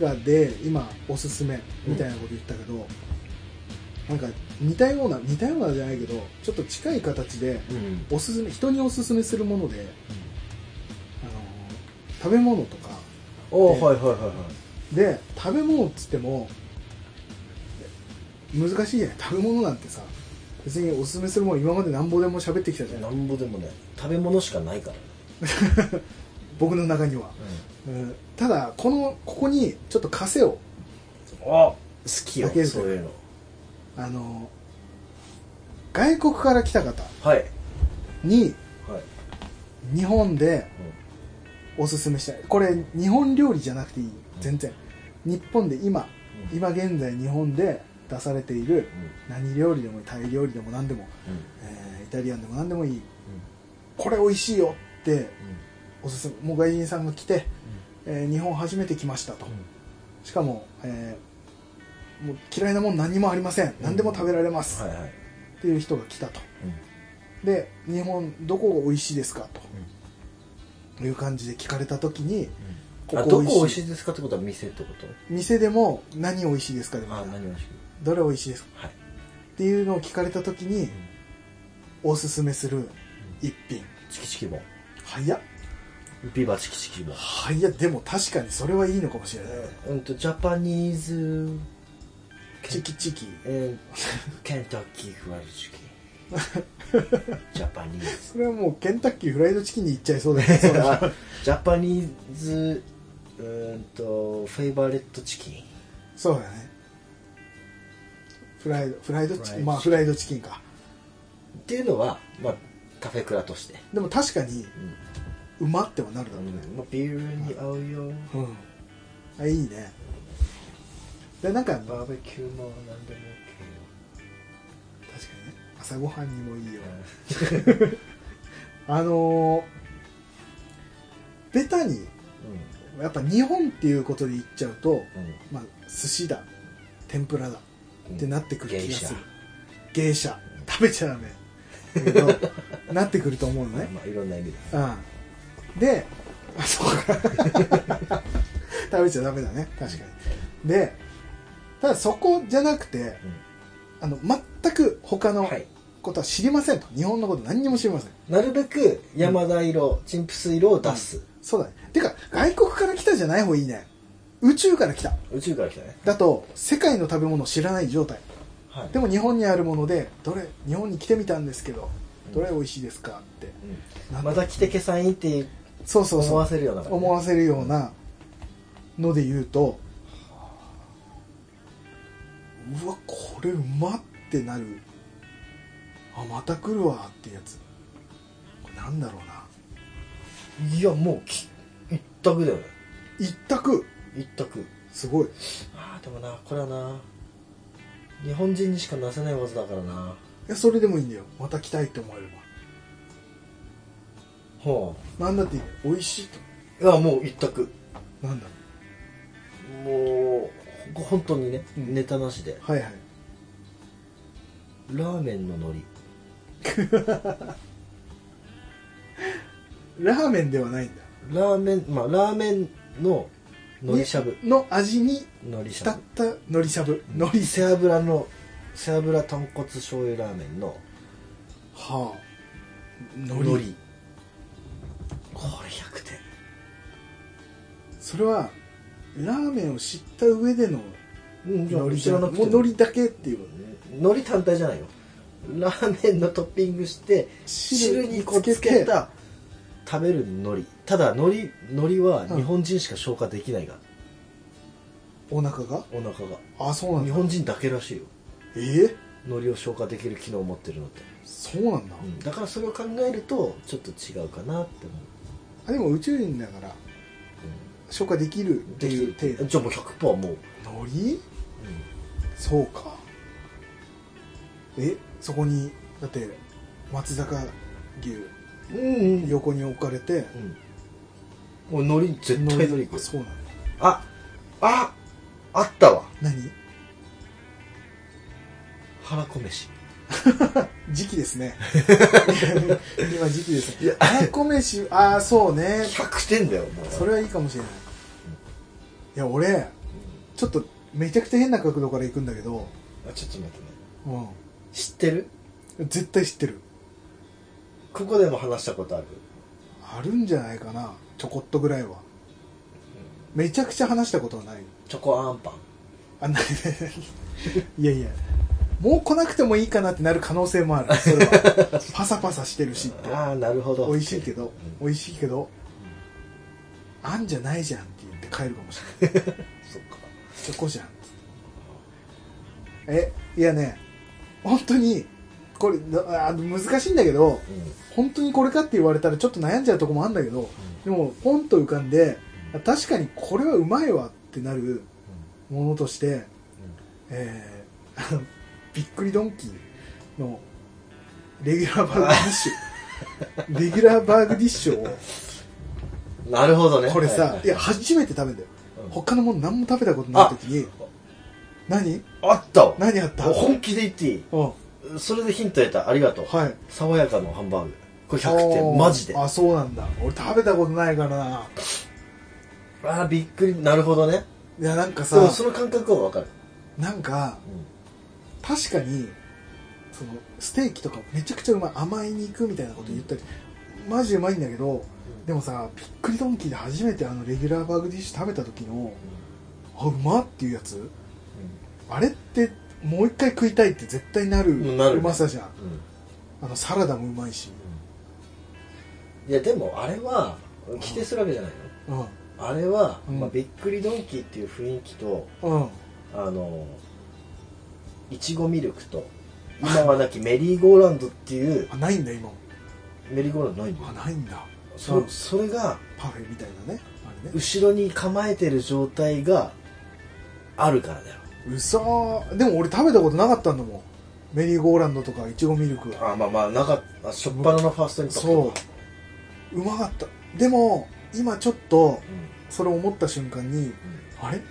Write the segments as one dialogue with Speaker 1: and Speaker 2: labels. Speaker 1: 画で今おすすめみたいなこと言ったけど、なんか似たような似たようなじゃないけどちょっと近い形で
Speaker 2: うん
Speaker 1: おすすめ人におすすめするもので、あの食べ物とか
Speaker 2: あはいはいはいは
Speaker 1: で食べ物っつっても難しいじゃない食べ物なんてさ別におすすめするもの今までなんぼでも喋ってきたじゃ
Speaker 2: い
Speaker 1: な
Speaker 2: ないんぼでもない食べ物しかないから、
Speaker 1: 僕の中には、うんただこのここにちょっと枷を
Speaker 2: あ好きよ
Speaker 1: だけです
Speaker 2: そう
Speaker 1: よ
Speaker 2: いうの
Speaker 1: あの外国から来た方
Speaker 2: はい
Speaker 1: に
Speaker 2: はい、
Speaker 1: 日本でおすすめしたいこれ日本料理じゃなくていい全然日本で今
Speaker 2: うん
Speaker 1: 今現在日本で出されている何料理でもいいタイ料理でも何でも、
Speaker 2: うん
Speaker 1: えーイタリアンでも何でもいいこれ美味しいよっておすすめもう外人さんが来て、えー日本初めて来ましたと、しかも,、えーもう嫌いなもん何もありません何でも食べられます、
Speaker 2: はいはい
Speaker 1: っていう人が来たとで日本どこが美味しいですかという感じで聞かれた時に
Speaker 2: あどこ美味しいですかってことは店ってこと
Speaker 1: 店でも何美味しいですかでも
Speaker 2: あ何美味しい
Speaker 1: どれ美味しいですか
Speaker 2: はい
Speaker 1: っていうのを聞かれた時におすすめする一品
Speaker 2: チキチキボン
Speaker 1: 早っ
Speaker 2: ビバチキチキボン
Speaker 1: 早っでも確かにそれはいいのかもしれない
Speaker 2: うんとジャパニーズ
Speaker 1: チキチキ
Speaker 2: えーケンタッキーフライドチキンジャパニーズ
Speaker 1: それはもうケンタッキーフライドチキンに行っちゃいそうだけど そうだ
Speaker 2: あジャパニーズうーんとフェイバレットチキン
Speaker 1: そうだねフライドフライドチキン
Speaker 2: フライドチキン
Speaker 1: まあフライドチキンか
Speaker 2: っていうのは、まあ、カフェクラとして、
Speaker 1: でも確かにうまってはなるだろうね、
Speaker 2: まあ、ビールに合うよ
Speaker 1: うんあいいねでなんか確か
Speaker 2: バーベキューも何でも
Speaker 1: にね朝ごはんにもいいよ
Speaker 2: OK
Speaker 1: あのーベタに
Speaker 2: よ
Speaker 1: やっぱ日本っていうことで言っちゃうと、
Speaker 2: うんうん
Speaker 1: まあ、寿司だ天ぷらだってなってくる気がする芸者食べちゃダメだけどなってくると思うのね
Speaker 2: まあいろんな意味で
Speaker 1: うんであそうか食べちゃダメだね確かにでただそこじゃなくてあの全く他の
Speaker 2: はい
Speaker 1: ことは知りませんと、日本のこと何にも知りません
Speaker 2: なるべく山田色、チンプス色を出す、
Speaker 1: そうだねてか外国から来たじゃない方がいいね宇宙から来た
Speaker 2: 宇宙から来たね
Speaker 1: だと世界の食べ物を知らない状態
Speaker 2: はい
Speaker 1: でも日本にあるものでどれ日本に来てみたんですけどどれ美味しいですかって
Speaker 2: うんまた来てけさんいいって
Speaker 1: そうそうそう
Speaker 2: 思わせるような感じ
Speaker 1: 思わせるようなので言うとうわこれうまってなるあまた来るわってやつこれなんだろうない
Speaker 2: やもうき一択だよね
Speaker 1: 一択
Speaker 2: 一択
Speaker 1: すごい
Speaker 2: ああでもなこれはな日本人にしかなせない技だからない
Speaker 1: やそれでもいいんだよまた来たいって思えれ
Speaker 2: ほ
Speaker 1: ばなんだっていいね美味しいと
Speaker 2: ういやもう一択
Speaker 1: なんだろ
Speaker 2: もうほ本当にね、
Speaker 1: うん
Speaker 2: ネタなしで
Speaker 1: うはいはい
Speaker 2: ラーメンの海
Speaker 1: ラーメンではないんだ
Speaker 2: 苔ラーメンまあラーメンの海苔しゃぶ
Speaker 1: にの味に
Speaker 2: 海苔し
Speaker 1: 浸
Speaker 2: ゃ
Speaker 1: っ
Speaker 2: ぶ
Speaker 1: たのりしゃぶのり
Speaker 2: 背脂の背脂豚骨醤油ラーメンの
Speaker 1: はあの
Speaker 2: 海苔
Speaker 1: り
Speaker 2: これ100点
Speaker 1: それはラーメンを知った上での
Speaker 2: うん
Speaker 1: のり
Speaker 2: 知
Speaker 1: じゃ
Speaker 2: ら
Speaker 1: な
Speaker 2: な
Speaker 1: く
Speaker 2: く
Speaker 1: て
Speaker 2: て
Speaker 1: もうのりだけっていう
Speaker 2: 海苔単体じゃないよラーメンのトッピングして汁にこうつけた食べる海苔ただ海苔海苔は日本人しか消化できないが、
Speaker 1: お腹が
Speaker 2: お腹が
Speaker 1: あそうなん
Speaker 2: 日
Speaker 1: だ
Speaker 2: 本人だけらしいよ
Speaker 1: ええ
Speaker 2: 海苔を消化できる機能を持ってるのって、
Speaker 1: そうなんだ、
Speaker 2: うんだからそれを考えるとちょっと違うかなって思
Speaker 1: あでも宇宙人だから消化できるっ
Speaker 2: う
Speaker 1: ていう
Speaker 2: で
Speaker 1: 程
Speaker 2: き
Speaker 1: 度
Speaker 2: じゃあもう100%もう、
Speaker 1: のりそうかえそこにだって松坂牛
Speaker 2: うん、うんうん
Speaker 1: 横に置かれて
Speaker 2: もう海苔絶対海苔いく
Speaker 1: あそうなんだ
Speaker 2: あああったわ
Speaker 1: 何
Speaker 2: 腹こ飯
Speaker 1: 時期ですね 今時期ですねあらこ飯ああそうね
Speaker 2: 100点だよもう
Speaker 1: それはいいかもしれないいや俺ちょっとめちゃくちゃ変な角度から行くんだけど、
Speaker 2: あちょっと待ってね
Speaker 1: うん、
Speaker 2: 知ってる
Speaker 1: 絶対知ってる
Speaker 2: ここでも話したことある
Speaker 1: あるんじゃないかなちょこっとぐらいはめちゃくちゃ話したことはない
Speaker 2: チョコアンパン
Speaker 1: あないい やいやもう来なくてもいいかなってなる可能性もあるそれはパサパサしてるしって
Speaker 2: ああなるほど
Speaker 1: 美味しいけど
Speaker 2: う
Speaker 1: 美味しいけどあんじゃないじゃんって言って帰るかもしれない
Speaker 2: んそっか
Speaker 1: そこじゃんっつってえいやね本当にこれなあ難しいんだけど
Speaker 2: うんうん
Speaker 1: 本当にこれかって言われたらちょっと悩んじゃうとこもあるんだけどでもポンと浮かんで確かにこれはうまいわってなるものとしてえーあ のびっくりドンキーのレギュラーバーグディッシュレギュラーバーグディッシュを
Speaker 2: うんなるほどね
Speaker 1: これ
Speaker 2: はい
Speaker 1: さ
Speaker 2: はい
Speaker 1: いや初めて食べんだよ
Speaker 2: うん
Speaker 1: 他のもの何も食べたことない時に何
Speaker 2: あったわ
Speaker 1: 何あった
Speaker 2: 本気で言っていい
Speaker 1: うんは
Speaker 2: それでヒント得たありがとう
Speaker 1: い
Speaker 2: 爽やかのハンバーグこれ100
Speaker 1: お
Speaker 2: 点
Speaker 1: ー
Speaker 2: マジであ
Speaker 1: あそうなんだ俺食べたことないからな
Speaker 2: あーびっくりなるほどね
Speaker 1: いやなんか
Speaker 2: でも
Speaker 1: さ
Speaker 2: その感覚はわかる
Speaker 1: なんか確かにそのステーキとかめちゃくちゃうまい甘い肉みたいなこと言ったり、マジうまいんだけどでもさびっくりドンキーで初めてあのレギュラーバーグディッシュ食べた時のあうまっていうやつあれってもう一回食いたいって絶対なる
Speaker 2: うんなるね
Speaker 1: うまさじゃん
Speaker 2: うんうん
Speaker 1: あのサラダもうまいし、
Speaker 2: いやでもあれは否定するわけじゃないの
Speaker 1: うん
Speaker 2: あれは、
Speaker 1: うん
Speaker 2: まあ、びっくりドンキーっていう雰囲気と
Speaker 1: うん、
Speaker 2: あのいちごミルクと今はなきメリーゴーランドっていう
Speaker 1: あないんだ今も
Speaker 2: メリーゴーランドないんだよ
Speaker 1: あないんだ
Speaker 2: そ
Speaker 1: うん
Speaker 2: それが
Speaker 1: パフェみたいなねあれね
Speaker 2: 後ろに構えてる状態があるからだよ
Speaker 1: うそーでも俺食べたことなかったんだもんメリーゴーランドとかいちごミルクは
Speaker 2: あまあまあなかっしょっぱなのファーストインパクト
Speaker 1: そ
Speaker 2: か
Speaker 1: ううまかったでも今ちょっとそれ思った瞬間に
Speaker 2: うんうん
Speaker 1: あれ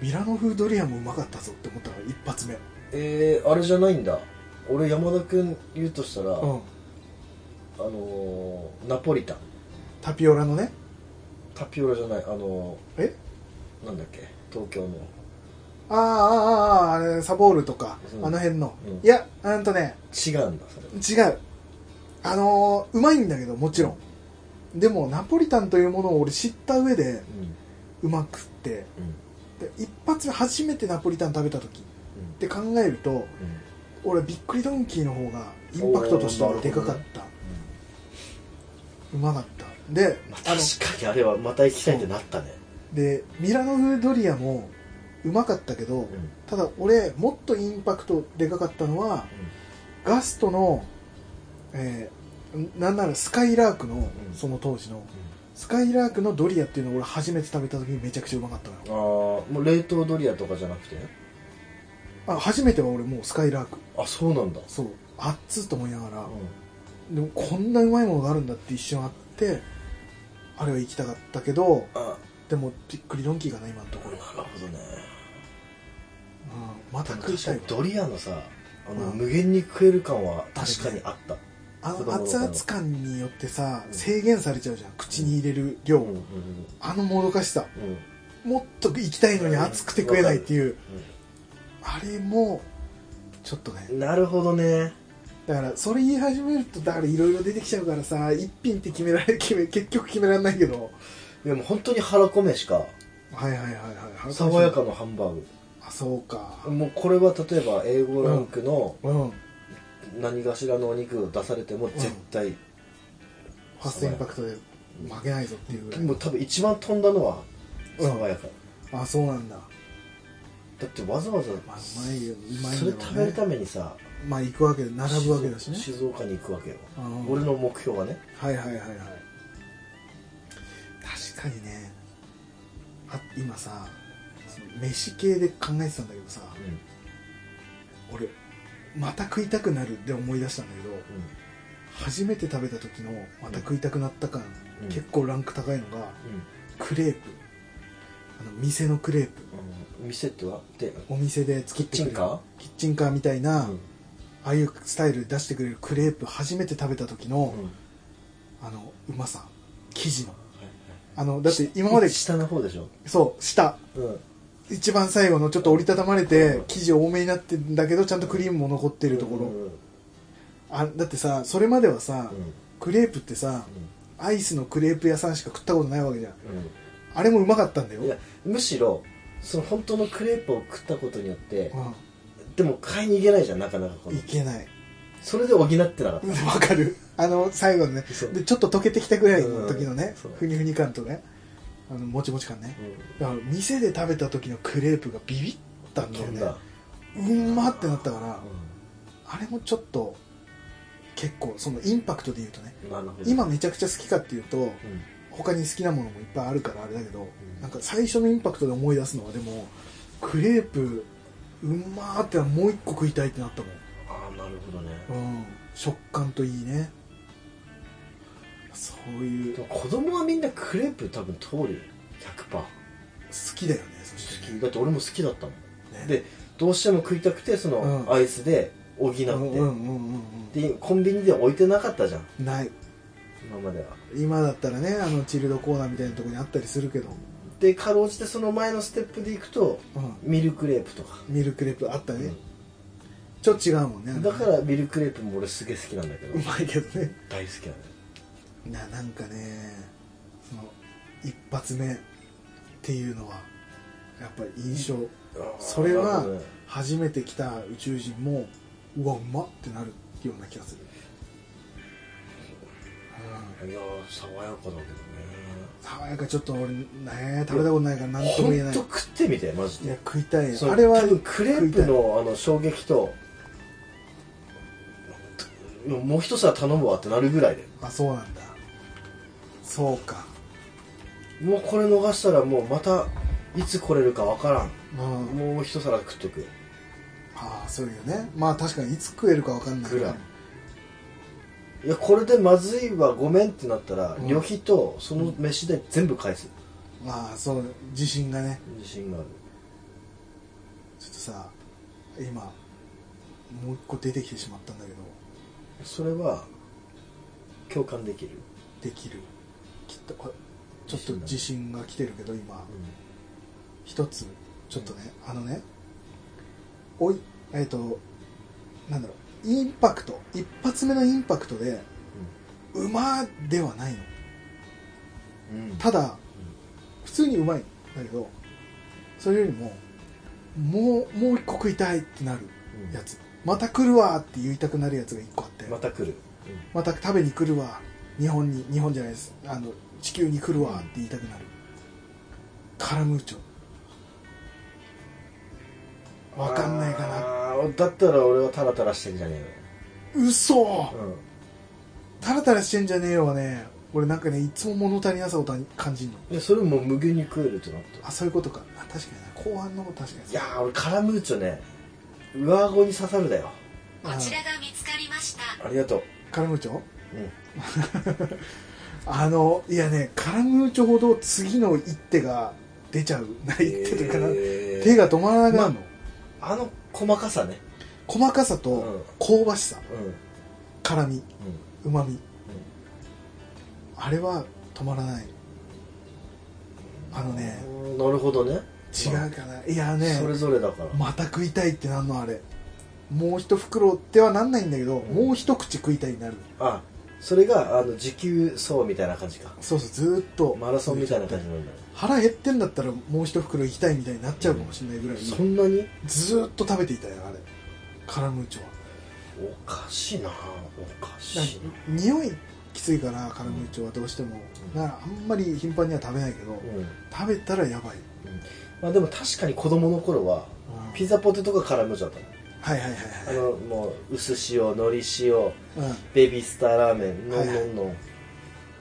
Speaker 1: ミラノ風ドリアもうまかったぞって思ったから一発目
Speaker 2: えー、あれじゃないんだ俺山田君言うとしたら、
Speaker 1: うん
Speaker 2: あのー、ナポリタン
Speaker 1: タピオラのね
Speaker 2: タピオラじゃないあの
Speaker 1: え
Speaker 2: ー、なんだっけ東京の
Speaker 1: あああああーあれサボールとか、
Speaker 2: うん
Speaker 1: あの辺の、
Speaker 2: うん
Speaker 1: いやうんとね
Speaker 2: 違うんだそれ
Speaker 1: 違うあのーうまいんだけどもちろんでもナポリタンというものを俺知った上で
Speaker 2: う
Speaker 1: う
Speaker 2: ん
Speaker 1: まくって
Speaker 2: うん
Speaker 1: で一発目初めてナポリタン食べた時って考えると
Speaker 2: うん
Speaker 1: 俺はびっくりドンキーの方がインパクトとしてはでかかった、うまかったで
Speaker 2: まあ、
Speaker 1: あの
Speaker 2: 確かにあれはまた行きたいってなったね
Speaker 1: でミラノ風ドリアもうまかったけど、
Speaker 2: うん
Speaker 1: ただ俺もっとインパクトでかかったのは、ガストの、えーなんならスカイラークの、
Speaker 2: ん
Speaker 1: その当時のスカイラークのドリアっていうのを俺初めて食べた時にめちゃくちゃうまかったのよ
Speaker 2: ああもう冷凍ドリアとかじゃなくて
Speaker 1: あ初めては俺もうスカイラーク
Speaker 2: あそうなんだ
Speaker 1: そうあっつと思いながら、
Speaker 2: う
Speaker 1: でもこんなうまいものがあるんだって一瞬あってあれは行きたかったけど
Speaker 2: んあ
Speaker 1: でもびっくりドンキーがない今のと
Speaker 2: な
Speaker 1: こ
Speaker 2: る
Speaker 1: ろ、
Speaker 2: ほどね
Speaker 1: うん、また
Speaker 2: 確
Speaker 1: 食いた
Speaker 2: か
Speaker 1: い
Speaker 2: に
Speaker 1: わ
Speaker 2: ドリアのさあの、
Speaker 1: うん
Speaker 2: 無限に食える感は確かにあった
Speaker 1: あの
Speaker 2: 子供の
Speaker 1: 熱
Speaker 2: 頃
Speaker 1: 々感によってさ
Speaker 2: うん
Speaker 1: 制限されちゃうじゃん口に入れる量、
Speaker 2: うん
Speaker 1: あのもどかしさ
Speaker 2: うんうん
Speaker 1: もっと行きたいのに熱くて食えないっていうあれもちょっとね
Speaker 2: うんなるほどね
Speaker 1: だからそれ言い始めるとだからいろいろ出てきちゃうからさ一品って決められ決め結局決められないけど
Speaker 2: でも本当に腹米しか
Speaker 1: はいはいはいはい
Speaker 2: 爽やかのハンバー
Speaker 1: あそうか
Speaker 2: グもうこれは例えば A5 ランクの
Speaker 1: うん
Speaker 2: 何かしらのお肉を出されても絶対、
Speaker 1: ファストインパクトで負けないぞっていうぐらい
Speaker 2: もう多分一番飛んだのは爽やか、
Speaker 1: あそうなんだ
Speaker 2: だってわざわざ
Speaker 1: まあうまいようまい
Speaker 2: そ
Speaker 1: ん
Speaker 2: れ
Speaker 1: だろ
Speaker 2: 食
Speaker 1: う
Speaker 2: べ
Speaker 1: ね
Speaker 2: るためにさ
Speaker 1: まあ行くわけで並ぶわけだしね
Speaker 2: 静岡に行くわけよ
Speaker 1: うん
Speaker 2: 俺の目標はね
Speaker 1: はいはいはいはい確かにねあ今さその飯系で考えてたんだけどさ
Speaker 2: うんうん
Speaker 1: 俺また食いたくなるで思い出したんだけど初めて食べた時のまた食いたくなった感、
Speaker 2: うん
Speaker 1: 結構ランク高いのが
Speaker 2: うん
Speaker 1: クレープあの店のクレープ
Speaker 2: あの店ってはで
Speaker 1: お店で作ってくれる
Speaker 2: キッチンカー
Speaker 1: キッチンカーみたいな、
Speaker 2: うん
Speaker 1: ああいうスタイルで出してくれるクレープ初めて食べた時の、
Speaker 2: うん
Speaker 1: あのうまさ生地の
Speaker 2: はいはい
Speaker 1: あのだって今まで
Speaker 2: 下の方でしょ
Speaker 1: そう下
Speaker 2: うん
Speaker 1: 一番最後のちょっと折りたたまれて生地多めになってんだけどちゃんとクリームも残ってるところ、
Speaker 2: うんうん
Speaker 1: あだってさそれまではさ、
Speaker 2: うん
Speaker 1: クレープってさ
Speaker 2: う
Speaker 1: アイスのクレープ屋さんしか食ったことないわけじゃん
Speaker 2: ん
Speaker 1: あれもうまかったんだよ
Speaker 2: うんいやむしろその本当のクレープを食ったことによって
Speaker 1: う
Speaker 2: でも買いに行けないじゃんなかなかこ
Speaker 1: ん、
Speaker 2: の
Speaker 1: いけない
Speaker 2: それで補ってなかった
Speaker 1: うん わかるあの最後のね
Speaker 2: そう
Speaker 1: でちょっと溶けてきたぐらいの時のね
Speaker 2: うんそう
Speaker 1: ふにふに感とねあのもちもち感ねだから店で食べた時のクレープがビビったんだよ
Speaker 2: 飛ん
Speaker 1: ね
Speaker 2: だ
Speaker 1: うんまってなったから
Speaker 2: う
Speaker 1: あれもちょっと結構そのインパクトで言うとね
Speaker 2: んなるほど
Speaker 1: 今めちゃくちゃ好きかっていうと
Speaker 2: うん
Speaker 1: 他に好きなものもいっぱいあるからあれだけど、
Speaker 2: ん
Speaker 1: なんか最初のインパクトで思い出すのはでもクレープうんまーってもう一個食いたいってなったもん
Speaker 2: ああなるほどね
Speaker 1: うん、食感といいねそういう
Speaker 2: で
Speaker 1: 好
Speaker 2: も子供はみんなクレープ多分通るよ100%
Speaker 1: きだよねそして
Speaker 2: 好きだって俺も好きだったもん、
Speaker 1: ね
Speaker 2: でどうしても食いたくてその
Speaker 1: うん
Speaker 2: アイスで補って、
Speaker 1: うんうんうん
Speaker 2: でコンビニで置いてなかったじゃん
Speaker 1: うんない
Speaker 2: 今までは
Speaker 1: 今だったらねあのチルドコーナーみたいなとこにあったりするけど、
Speaker 2: でかろうじてその前のステップでいくと
Speaker 1: うん、
Speaker 2: ミルクレープとか、
Speaker 1: ミルクレープあったね、ちょっと違うもんね
Speaker 2: だからミルクレープも俺すげえ好きなんだけど
Speaker 1: うまいけどね
Speaker 2: 大好きなんだ よ
Speaker 1: ななんかねその一発目っていうのはやっぱり印象、それ
Speaker 2: なる
Speaker 1: は
Speaker 2: ほどね
Speaker 1: 初めて来た宇宙人もうわうまっってなるような気がする、うん、
Speaker 2: いやー爽やかだけどね
Speaker 1: 爽やかちょっと俺ね食べたことないから何とも言え
Speaker 2: ほ
Speaker 1: なんい
Speaker 2: と食ってみてマジ
Speaker 1: いや
Speaker 2: で
Speaker 1: 食いたいよ
Speaker 2: そう
Speaker 1: あれは
Speaker 2: 多分クレープ
Speaker 1: 食い
Speaker 2: のあの衝撃ともう一皿頼むわってなるぐらいで
Speaker 1: たいあそうなんだそうか
Speaker 2: もうこれ逃したらもうまたいつ来れるかわから
Speaker 1: うん
Speaker 2: んもう一皿食っとく
Speaker 1: ああそういうねまあ確かにいつ食えるか分かんない
Speaker 2: ぐらいいやこれでまずいわごめんってなったら
Speaker 1: うん
Speaker 2: 旅費とその飯で全部返す
Speaker 1: まあそう自信がね
Speaker 2: 自信がある
Speaker 1: ちょっとさ今もう一個出てきてしまったんだけど
Speaker 2: それは共感できる、
Speaker 1: できるきっとこれちょっと自信が来てるけど今一つちょっとねあのねおいえっ、となんだろうインパクト一発目のインパクトでうまではないの
Speaker 2: うん
Speaker 1: ただ普通にうまいんだけどそれよりももうもう一個食いたいってなる
Speaker 2: うん
Speaker 1: やつまた来るわって言いたくなるやつが一個あって
Speaker 2: また来る、
Speaker 1: また食べに来るわ日本に日本じゃないですあの地球に来るわって言いたくなるカラムーチョわかんないか
Speaker 2: なだったら俺はタラタラしてんじゃね
Speaker 1: な嘘
Speaker 2: えのよ、
Speaker 1: タラタラしてんじゃねえよはね俺なんかねいつも物足りなさをた感じるの
Speaker 2: うん、でそれも無限に食えるってなった
Speaker 1: あそういうことかあ確かにな後半の方確かに
Speaker 2: いやー俺カラムーチョね上顎に刺さるだよ
Speaker 3: こちらが見つかりました。
Speaker 2: ありがと
Speaker 1: カラムーチョ
Speaker 2: う、うん、
Speaker 1: あのいやねカラムーチョほど次の一手が出ちゃうな一手というかな、
Speaker 2: えー
Speaker 1: 手が止まらなくなるの、
Speaker 2: あの細かさね
Speaker 1: 細かさ
Speaker 2: うん
Speaker 1: と香ばしさ
Speaker 2: うんうん
Speaker 1: 辛みうまみあれは止まらないあのね
Speaker 2: うんなるほどね
Speaker 1: 違うかないや
Speaker 2: まあそれ
Speaker 1: ね
Speaker 2: ぞれだから、
Speaker 1: また食いたいってなんのあれもう一袋ってはなんないんだけど、
Speaker 2: ん
Speaker 1: もう一口食いたいになる
Speaker 2: あそれがあの持久走みたいな感じか
Speaker 1: そうそうずーっと
Speaker 2: マラソンみたいな感じなんだね
Speaker 1: 腹減ってんだったらもう一袋行きたいみたいになっちゃうかもしれないぐらい、
Speaker 2: そんなに
Speaker 1: ずーっと食べていたよあれカラムーチョは
Speaker 2: おかしいなおかしいな
Speaker 1: 匂いきついからカラムーチョはどうしてもだからあんまり頻繁には食べないけど、
Speaker 2: うん
Speaker 1: 食べたらやばい、
Speaker 2: まあでも確かに子供の頃はピ
Speaker 1: ザ
Speaker 2: ザポテトがカラムーチョだった
Speaker 1: はいはいはい
Speaker 2: のあのもう薄塩海苔塩
Speaker 1: はい、うん、
Speaker 2: ベビースターラーメンの
Speaker 1: はい
Speaker 2: ん
Speaker 1: はい
Speaker 2: のんのん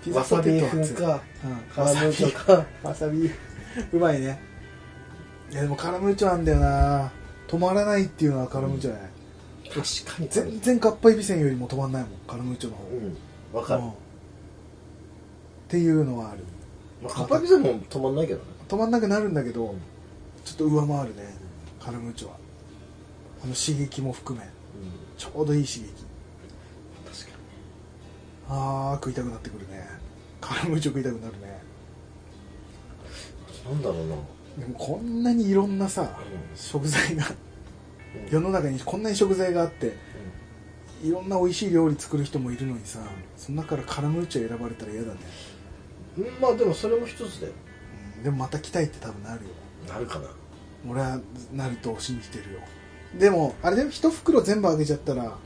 Speaker 1: ピザ
Speaker 2: わさ
Speaker 1: ポテ
Speaker 2: び
Speaker 1: トは強い
Speaker 2: 風か
Speaker 1: うん
Speaker 2: カラムーチョか
Speaker 1: わさびうまいねいやでもカラムーチョなんだよな止まらないっていうのはカラムーチョだね、
Speaker 2: 確かに
Speaker 1: 全然かっぱえびせんよりも止まんないもんカラムーチョの方
Speaker 2: うんわかる
Speaker 1: うんっていうのはある
Speaker 2: まあカッパピザも止まんないけどね
Speaker 1: 止まんなくなるんだけどちょっと上回るねカラムーチョはあの刺激も含め
Speaker 2: うん
Speaker 1: ちょうどいい刺激
Speaker 2: 確かに
Speaker 1: あー食いたくなってくるねカラムーチョ食いたくなるね
Speaker 2: なんだろうな
Speaker 1: でもこんなにいろんなさ
Speaker 2: うん
Speaker 1: 食材が
Speaker 2: うん
Speaker 1: 世の中にこんなに食材があっていろんな美味しい料理作る人もいるのにさその中からカラムーチョ選ばれたら嫌だね、
Speaker 2: うんまあでもそれも一つだよ
Speaker 1: うん、でもまた来たいって多分なるよ
Speaker 2: なるかな
Speaker 1: 俺はなると信じてるよでもあれでも一袋全部あげちゃったら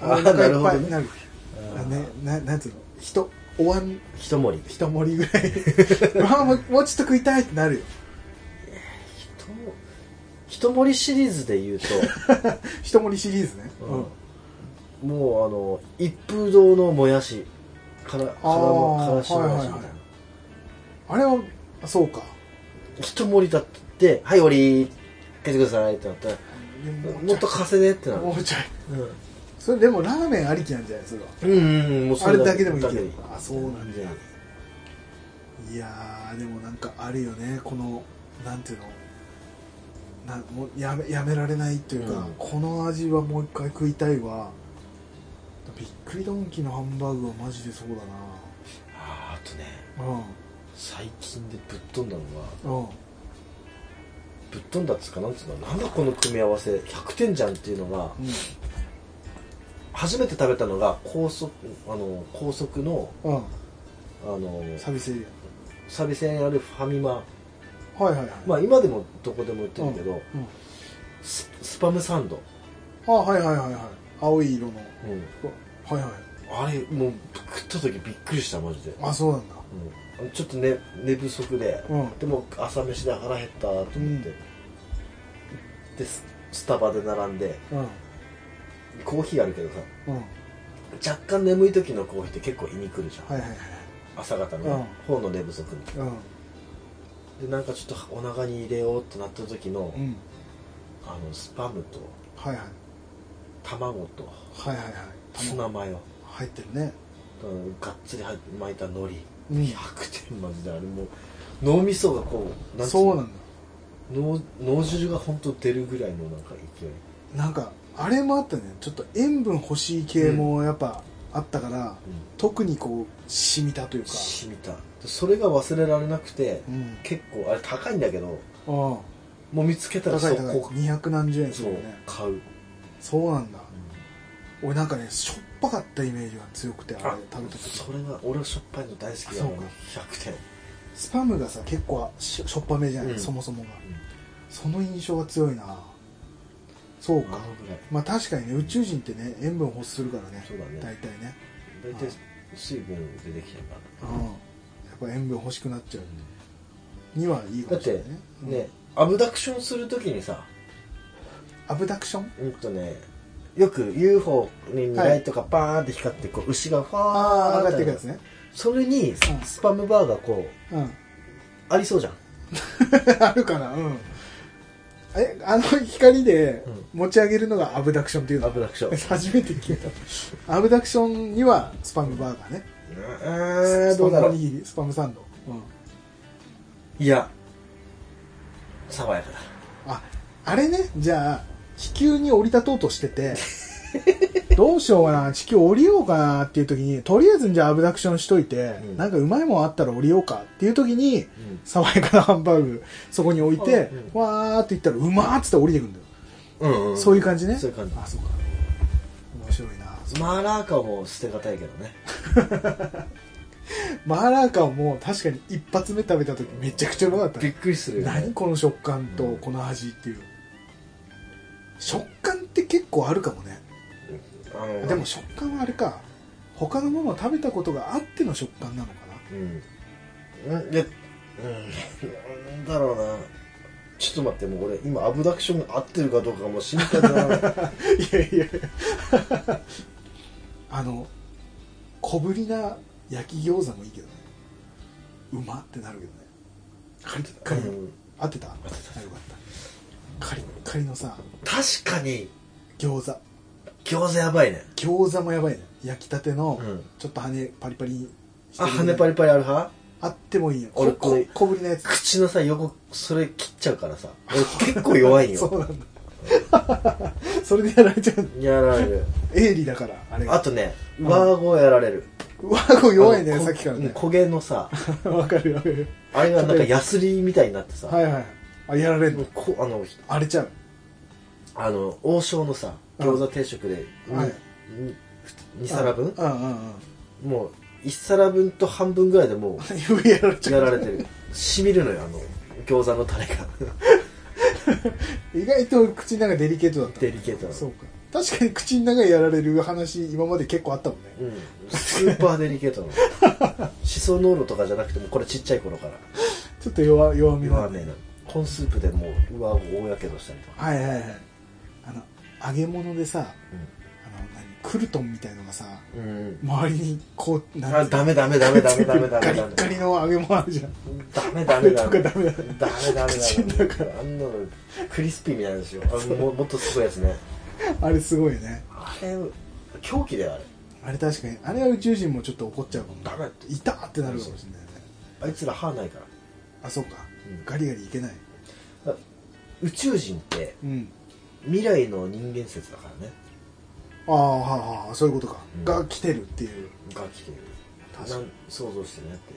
Speaker 2: あ
Speaker 1: お腹
Speaker 2: なる
Speaker 1: い
Speaker 2: ほどね
Speaker 1: っぱいになるあねななんつうの人お椀
Speaker 2: 一盛り一
Speaker 1: 一盛りぐらい うわもうもうちょっと食いたいってなるよ
Speaker 2: 一盛りシリーズで 言うと、
Speaker 1: 一盛りシリーズね、うん
Speaker 2: もうあの一風堂のもやしからからの
Speaker 1: あー
Speaker 2: からしもやしみたいな、
Speaker 1: はいはいはいあれはそうか
Speaker 2: 一盛りだって「はい折り帰ってください」ってなったら
Speaker 1: でも
Speaker 2: もっと稼いでってなる
Speaker 1: もうちょい
Speaker 2: うん
Speaker 1: それでもラーメンありきなんじゃないそれは
Speaker 2: うんうんもうそ
Speaker 1: あれだけでもいい
Speaker 2: だ
Speaker 1: け
Speaker 2: け
Speaker 1: ど
Speaker 2: でいい
Speaker 1: あそうなんだいやーでもなんかあるよねこのなんていうのなんもうやめやめられないというか、
Speaker 2: うん
Speaker 1: この味はもう一回食いたいわびっくりドンキーのハンバーグはマジでそうだ
Speaker 2: あーあとね
Speaker 1: な
Speaker 2: 最近でぶっ飛んだのは
Speaker 1: うんうん
Speaker 2: ぶっ飛んだっつうかなんつうのなんだこの組み合わせ100点じゃんっていうのが初めて食べたのが高速あの高速の
Speaker 1: うん
Speaker 2: あの
Speaker 1: うんサービスエリ
Speaker 2: 久々にあるファミマ
Speaker 1: アはいはいはい
Speaker 2: まあ今でもどこでも売ってるけど、
Speaker 1: うんうん
Speaker 2: ススパムサンド、
Speaker 1: あはいはいはいはい青い色の
Speaker 2: うん、
Speaker 1: はいはい
Speaker 2: あれもう食った時びっくりしたマジで、
Speaker 1: あそうなんだ
Speaker 2: うん、ちょっと寝寝不足で、
Speaker 1: うん
Speaker 2: でも朝飯で腹減ったと思って、
Speaker 1: うん
Speaker 2: でススタバで並んで
Speaker 1: う
Speaker 2: コーヒーあるけどさ
Speaker 1: んうんは
Speaker 2: 若干眠い時のコーヒーって結構胃にくるじゃん、
Speaker 1: いはいはい
Speaker 2: 朝方の、
Speaker 1: うん
Speaker 2: 方の寝不足に
Speaker 1: うん
Speaker 2: でなんかちょっとお腹に入れようってなった時の、
Speaker 1: うん
Speaker 2: あのスパムと
Speaker 1: はいはい
Speaker 2: 卵と
Speaker 1: はいはいはい
Speaker 2: ツナマヨ
Speaker 1: 入ってるね
Speaker 2: うんがっつり入って巻いた海苔
Speaker 1: うん
Speaker 2: 100点マジであれもう脳みそがこうなんつ
Speaker 1: そうな
Speaker 2: の
Speaker 1: んだ
Speaker 2: 脳脳汁が本当出るぐらいのなんか勢い
Speaker 1: なんかあれもあったねちょっと塩分欲しい系もやっぱあったから、特にこう染みたというか
Speaker 2: 染みたでそれが忘れられなくて、
Speaker 1: うん
Speaker 2: 結構あれ高いんだけど
Speaker 1: ああ
Speaker 2: もう見つけたら
Speaker 1: 高い
Speaker 2: そう
Speaker 1: 高い
Speaker 2: こう
Speaker 1: 200何十円す
Speaker 2: そ
Speaker 1: る
Speaker 2: う
Speaker 1: よね
Speaker 2: 買う
Speaker 1: そうなんだ、俺なんかねしょっぱかったイメージが強くてあ
Speaker 2: あ
Speaker 1: れ食べた時
Speaker 2: それが俺はしょっぱいの大好きだから
Speaker 1: そうか
Speaker 2: 100点
Speaker 1: スパムがさ結構ししょっぱめじゃない、
Speaker 2: うん
Speaker 1: そもそもが
Speaker 2: ん
Speaker 1: その印象が強いなそうか
Speaker 2: あのぐらい
Speaker 1: まあ確かにね宇宙人ってね塩分欲するからね
Speaker 2: そうだね
Speaker 1: 大体ね
Speaker 2: 大体水分出てきてるから
Speaker 1: うんやっぱ塩分欲しくなっちゃう、にはいいか
Speaker 2: だ
Speaker 1: も
Speaker 2: っ
Speaker 1: しれ
Speaker 2: て
Speaker 1: ないね
Speaker 2: ね、アブダクションするときにさ
Speaker 1: アブダクション
Speaker 2: うんとねよく UFO にライトがバーンって光ってこう牛がファ
Speaker 1: あ
Speaker 2: ー
Speaker 1: あ
Speaker 2: ン
Speaker 1: 上がっていくやつね
Speaker 2: それにス
Speaker 1: うん
Speaker 2: スパムバーがこう
Speaker 1: うん
Speaker 2: ありそうじゃん
Speaker 1: あるかなうんえあの光で
Speaker 2: うん
Speaker 1: 持ち上げるのがアブダクションっていうの
Speaker 2: アブダクシ ョン
Speaker 1: 初めて聞いたアブダクションにはスパムバーガーね
Speaker 2: え
Speaker 1: スパムおにぎりスパムサンド、うん、
Speaker 2: いや爽やかだ
Speaker 1: ああれねじゃあ地球に降り立とうとして てどうしようかな地球降りようかなっていう時にとりあえずじゃあアブダクションしといて、
Speaker 2: うん
Speaker 1: なんかうまいもんあったら降りようかっていう時に、
Speaker 2: ん
Speaker 1: 爽やかなハンバーグそこに置いて、
Speaker 2: う
Speaker 1: わーって言ったらうまーっつって降りてくんだよ、
Speaker 2: うん、
Speaker 1: そういう感じね
Speaker 2: そういう感じ
Speaker 1: あそうか面白いな
Speaker 2: マーラー感も捨てがたいけどね
Speaker 1: マーラーカンも確かに一発目食べた時めちゃくちゃうまかった
Speaker 2: びっくりするよね
Speaker 1: 何この食感とこの味っていう、食感って結構あるかもね
Speaker 2: あの
Speaker 1: でも食感はあれか他のものを食べたことがあっての食感なのか
Speaker 2: うんうんでうんなんだろうなちょっと待ってもう俺今アブダクション合ってるかどうかもう心配だ な
Speaker 1: ないやいやあの小ぶりな焼き餃子もいいけどねうまってなるけどねカリッカリの、
Speaker 2: うん
Speaker 1: 合ってた合
Speaker 2: ってた
Speaker 1: よかったカリッカリのさ
Speaker 2: 確かに
Speaker 1: 餃子
Speaker 2: 餃子やばいね
Speaker 1: 餃子もやばいね焼きたての、
Speaker 2: うん
Speaker 1: ちょっと羽パリパリにして
Speaker 2: あ
Speaker 1: る
Speaker 2: 羽パリパリある派
Speaker 1: あってもいいよ
Speaker 2: 俺
Speaker 1: こ
Speaker 2: これ
Speaker 1: こ小ぶりなやつ
Speaker 2: 口のさ横それ切っちゃうからさ俺結構弱い よ
Speaker 1: そうなんだそれでやられちゃう
Speaker 2: やられる
Speaker 1: 鋭利だからあれが
Speaker 2: あとね上顎やられる、
Speaker 1: 上顎弱い
Speaker 2: あ
Speaker 1: ね
Speaker 2: のこ
Speaker 1: さっきから
Speaker 2: うん
Speaker 1: ね
Speaker 2: 焦げのさ
Speaker 1: わかるわかる
Speaker 2: あれがなんかヤスリみたいになってさ、
Speaker 1: はいはいあやられん
Speaker 2: もう
Speaker 1: の
Speaker 2: こあのひ
Speaker 1: 荒れちゃう
Speaker 2: あの王将のさ餃子定食で
Speaker 1: うんはい
Speaker 2: 2皿分
Speaker 1: うんうん うん
Speaker 2: もう1皿分と半分ぐらいでも
Speaker 1: やられ
Speaker 2: う
Speaker 1: ちゃ
Speaker 2: や
Speaker 1: う
Speaker 2: られてるしみるのよあの餃子のタレ が
Speaker 1: 意外と口の中デリケートだった
Speaker 2: デリケートな
Speaker 1: そうか確かに口の中やられる話今まで結構あったもんね
Speaker 2: うん、スーパーデリケートなの 思想濃度とかじゃなくてもうこれちっちゃい頃から
Speaker 1: ちょっと弱弱み
Speaker 2: 湯
Speaker 1: はあ
Speaker 2: わ
Speaker 1: る
Speaker 2: めなのコーンスープでもううわ大やけどしたりとか、
Speaker 1: はいはいはいあの揚げ物でさあ
Speaker 2: う
Speaker 1: の何クルトンみたいのがさ
Speaker 2: んうん、
Speaker 1: 周りにこうなん
Speaker 2: あダメダメダメダメダメダメダメ
Speaker 1: ガリッガリの揚げ物あるじゃん
Speaker 2: ダメダメダメ
Speaker 1: ダメダメ
Speaker 2: ダメダメ
Speaker 1: 口の
Speaker 2: ダメあんなのクリスピーみたいなんですよあももっとすごいやつね
Speaker 1: あれすごいよね
Speaker 2: あれ狂気だよあれ
Speaker 1: あれ確かにあれは宇宙人もちょっと怒っちゃうかも
Speaker 2: ダメって
Speaker 1: いたってなるかもしれないね
Speaker 2: あいつら歯ないから
Speaker 1: あそうか、
Speaker 2: うん
Speaker 1: ガリガリいけない
Speaker 2: 宇宙人って
Speaker 1: うん
Speaker 2: 未来の人間説だからね
Speaker 1: ああはあはあそういうことか、
Speaker 2: うん
Speaker 1: が来てるっていう
Speaker 2: が来てる
Speaker 1: 確かに
Speaker 2: なん想像してねって、